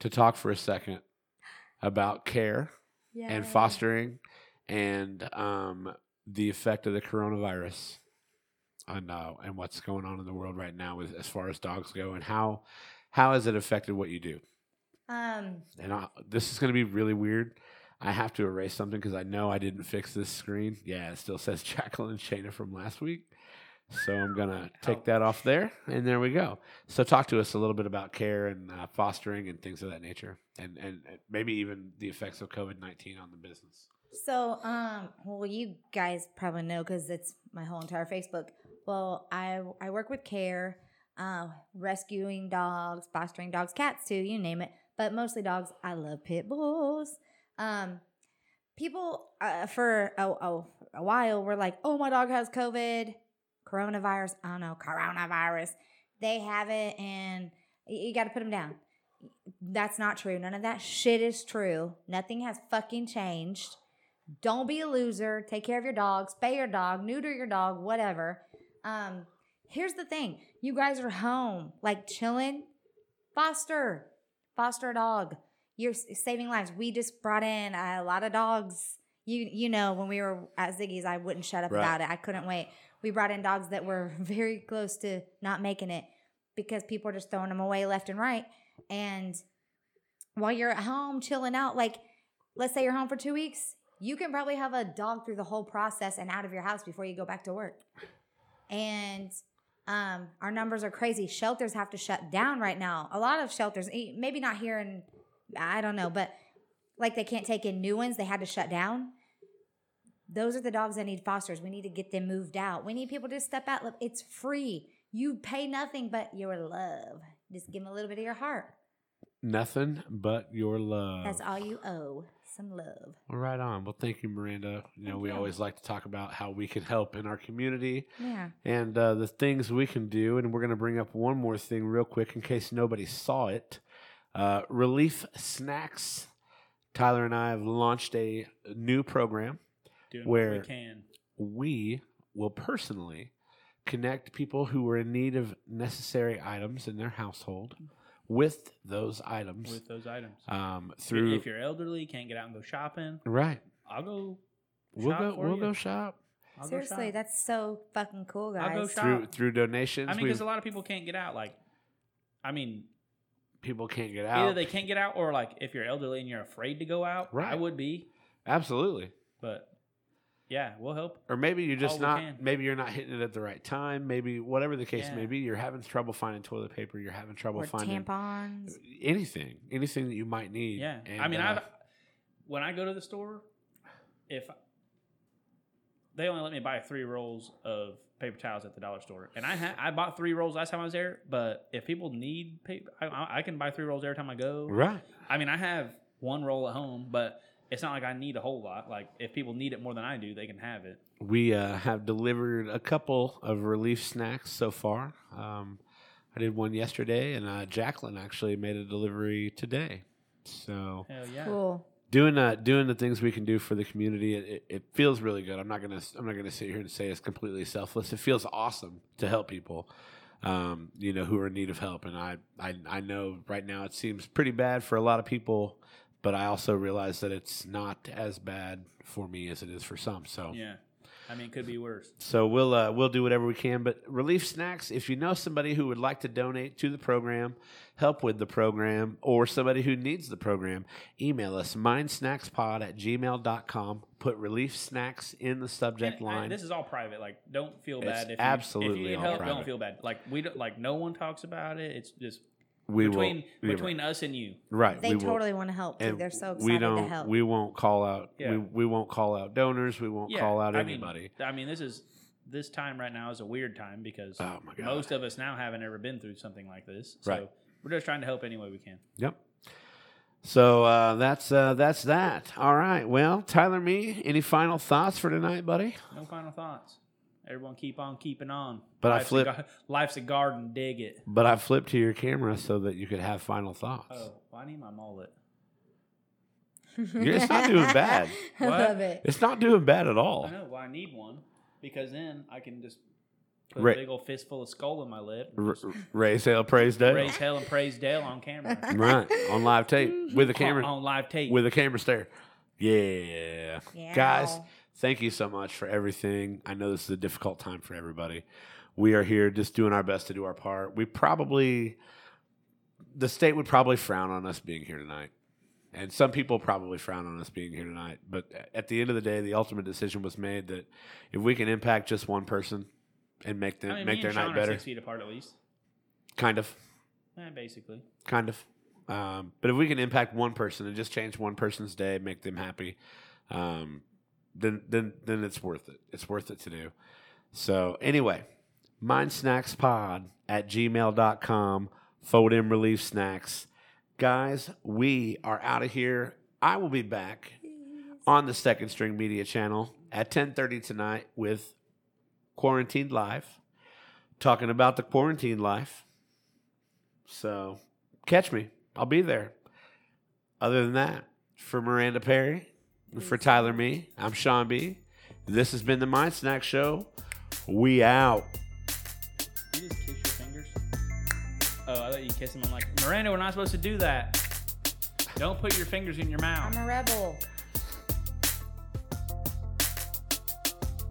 Speaker 1: to talk for a second about care
Speaker 2: Yeah.
Speaker 1: and fostering and um, the effect of the coronavirus on uh, and what's going on in the world right now with as far as dogs go and how how has it affected what you do?
Speaker 2: Um.
Speaker 1: And I, this is going to be really weird. I have to erase something because I know I didn't fix this screen. Yeah, it still says (laughs) Jacqueline and Shayna from last week. So I'm going to take that off there. And there we go. So talk to us a little bit about care and uh, fostering and things of that nature. And, and and maybe even the effects of COVID 19 on the business.
Speaker 2: So, um, well, you guys probably know because it's my whole entire Facebook. Well, I I work with care, uh, rescuing dogs, fostering dogs, cats too, you name it, but mostly dogs. I love pit bulls. Um, people uh, for a, a, a while were like, "Oh, my dog has COVID, coronavirus." I don't know, coronavirus. They have it, and y- you got to put them down. That's not true. None of that shit is true. Nothing has fucking changed. Don't be a loser. Take care of your dog. Spay your dog. Neuter your dog. Whatever. Um, here's the thing: you guys are home, like chilling. Foster, foster a dog. You're s- saving lives. We just brought in a lot of dogs. You you know when we were at Ziggy's, I wouldn't shut up
Speaker 1: Right.
Speaker 2: about it. I couldn't wait. We brought in dogs that were (laughs) very close to not making it because people are just throwing them away left and right. And while you're at home chilling out, like let's say you're home for two weeks, you can probably have a dog through the whole process and out of your house before you go back to work. And um, our numbers are crazy. Shelters have to shut down right now. A lot of shelters, eh, maybe not here in, I don't know, but like they can't take in new ones. They had to shut down. Those are the dogs that need fosters. We need to get them moved out. We need people to step out. Look, It's free. You pay nothing but your love. Just give them a little bit of your heart.
Speaker 1: Nothing but your love.
Speaker 2: That's all you owe. Some love.
Speaker 1: Well, Right on. Well, thank you, Miranda. You know,
Speaker 2: Thank
Speaker 1: we
Speaker 2: you.
Speaker 1: always like to talk about how we can help in our community.
Speaker 2: Yeah.
Speaker 1: and uh, the things we can do. And we're going to bring up one more thing real quick in case nobody saw it. Uh, Relief Snacks. Tyler and I have launched a new program.
Speaker 3: Doing
Speaker 1: Where-
Speaker 3: what we can.
Speaker 1: We will personally connect people who are in need of necessary items in their household with those items
Speaker 3: with those items.
Speaker 1: um, through.
Speaker 3: if you're elderly, can't get out and go shopping,
Speaker 1: right.
Speaker 3: I'll go.
Speaker 1: We'll
Speaker 3: shop
Speaker 1: go.
Speaker 3: for
Speaker 1: We'll
Speaker 3: you.
Speaker 1: go shop
Speaker 3: I'll go
Speaker 2: Seriously,
Speaker 3: shop.
Speaker 2: that's so fucking cool,
Speaker 3: I'll
Speaker 2: guys.
Speaker 3: go shop.
Speaker 1: through through donations.
Speaker 3: I mean,
Speaker 1: We've-
Speaker 3: because a lot of people can't get out. Like, I mean,
Speaker 1: people can't get
Speaker 3: either
Speaker 1: out.
Speaker 3: they can't get out, or like if you're elderly and you're afraid to go out, I
Speaker 1: Right.
Speaker 3: would be.
Speaker 1: Absolutely.
Speaker 3: But yeah, we'll help.
Speaker 1: or maybe you're
Speaker 3: All
Speaker 1: just
Speaker 3: Oh, we
Speaker 1: not
Speaker 3: can.
Speaker 1: maybe you're not hitting it at the right time maybe whatever the case may
Speaker 3: Yeah.
Speaker 1: be you're having trouble finding toilet paper you're having trouble
Speaker 2: or
Speaker 1: finding
Speaker 2: tampons.
Speaker 1: anything anything that you might need
Speaker 3: Yeah,
Speaker 1: And,
Speaker 3: I mean,
Speaker 1: uh,
Speaker 3: I've when I go to the store, if they only let me buy three rolls of paper towels at the dollar store, and I ha- I bought three rolls last time I was there. But if people need paper, I- I, I can buy three rolls every time I go.
Speaker 1: right
Speaker 3: I mean, I have one roll at home, but it's not like I need a whole lot. Like if people need it more than I do, they can have it.
Speaker 1: we uh, have delivered a couple of relief snacks so far um, i did one yesterday and uh, jacqueline actually made a delivery today so
Speaker 3: Hell yeah.
Speaker 2: Cool.
Speaker 1: doing uh, doing the things we can do for the community it, it, it feels really good i'm not gonna i'm not gonna sit here and say it's completely selfless it feels awesome to help people um, you know, who are in need of help. And I, I, I know right now it seems pretty bad for a lot of people, but I also realize that it's not as bad for me as it is for some. So,
Speaker 3: Yeah. I mean, it could be worse.
Speaker 1: so we'll uh, we'll do whatever we can. But relief snacks, if you know somebody who would like to donate to the program, help with the program, or somebody who needs the program, email us mindsnackspod at gmail.com. Put relief snacks in the subject
Speaker 3: And I-
Speaker 1: line.
Speaker 3: this is all private. Like, don't feel
Speaker 1: It's
Speaker 3: bad. If you-
Speaker 1: absolutely
Speaker 3: if you need
Speaker 1: all
Speaker 3: help,
Speaker 1: private.
Speaker 3: don't feel bad. Like we don't. Like no one talks about it. It's just
Speaker 1: we
Speaker 3: between
Speaker 1: we
Speaker 3: between us and you.
Speaker 1: right.
Speaker 2: They
Speaker 1: we will.
Speaker 2: totally want to help. Too.
Speaker 1: And
Speaker 2: They're so excited
Speaker 1: we don't.
Speaker 2: to help. (laughs)
Speaker 1: We won't call out.
Speaker 3: Yeah.
Speaker 1: We, we won't call out donors. We won't
Speaker 3: Yeah,
Speaker 1: call out
Speaker 3: I mean,
Speaker 1: anybody.
Speaker 3: I mean, this is this time right now is a weird time because
Speaker 1: Oh, my God.
Speaker 3: most of us now haven't ever been through something like this. So
Speaker 1: Right.
Speaker 3: we're just trying to help any way we can.
Speaker 1: Yep. So uh, that's uh, that's that. All right. Well, Tyler, me. Any final thoughts for tonight, buddy?
Speaker 3: No final thoughts. Everyone keep on keeping on.
Speaker 1: But I
Speaker 3: life's
Speaker 1: flip-
Speaker 3: A gar- (laughs) life's a garden. Dig it.
Speaker 1: But I flipped to your camera so that you could have final thoughts.
Speaker 3: Oh, well, I need my mullet.
Speaker 1: You're- it's not doing bad.
Speaker 2: I
Speaker 3: What?
Speaker 2: love it.
Speaker 1: It's not doing bad at all.
Speaker 3: I know. Well, I need one because then I can just put
Speaker 1: Ra-
Speaker 3: a big old fistful of skull in my lip. and
Speaker 1: R-
Speaker 3: just
Speaker 1: r- raise hell, praise Dale.
Speaker 3: Raise hell and praise Dale on camera.
Speaker 1: right on live tape
Speaker 3: (laughs)
Speaker 1: with a camera
Speaker 3: on, on live tape.
Speaker 1: with a camera stare. Yeah.
Speaker 2: Yeah.
Speaker 1: Guys, thank you so much for everything. I know this is a difficult time for everybody. We are here just doing our best to do our part. We probably, the state would probably frown on us being here tonight. And some people probably frown on us being here tonight. But at the end of the day, the ultimate decision was made that if we can impact just one person and make them
Speaker 3: I mean,
Speaker 1: make
Speaker 3: me
Speaker 1: their
Speaker 3: and Sean
Speaker 1: night
Speaker 3: are
Speaker 1: better,
Speaker 3: Six feet apart, at least.
Speaker 1: kind of,
Speaker 3: Eh, basically.
Speaker 1: kind of. Um, but if we can impact one person and just change one person's day, make them happy, um, then then then it's worth it. It's worth it to do. So anyway, mindsnackspod at gmail.com, forward in relief snacks. Guys, we are out of here. I will be back on the second string media channel at 10:30 tonight with Quarantined Live, talking about the quarantine life. So catch me. I'll be there. Other than that, for Miranda Perry, for Tyler Me, I'm Sean B. This has been the Mind Snack Show. We out.
Speaker 3: You just kiss your fingers. Oh, I thought you kissed him. I'm like, Miranda, we're not supposed to do that. Don't put your fingers in your mouth.
Speaker 2: I'm a rebel.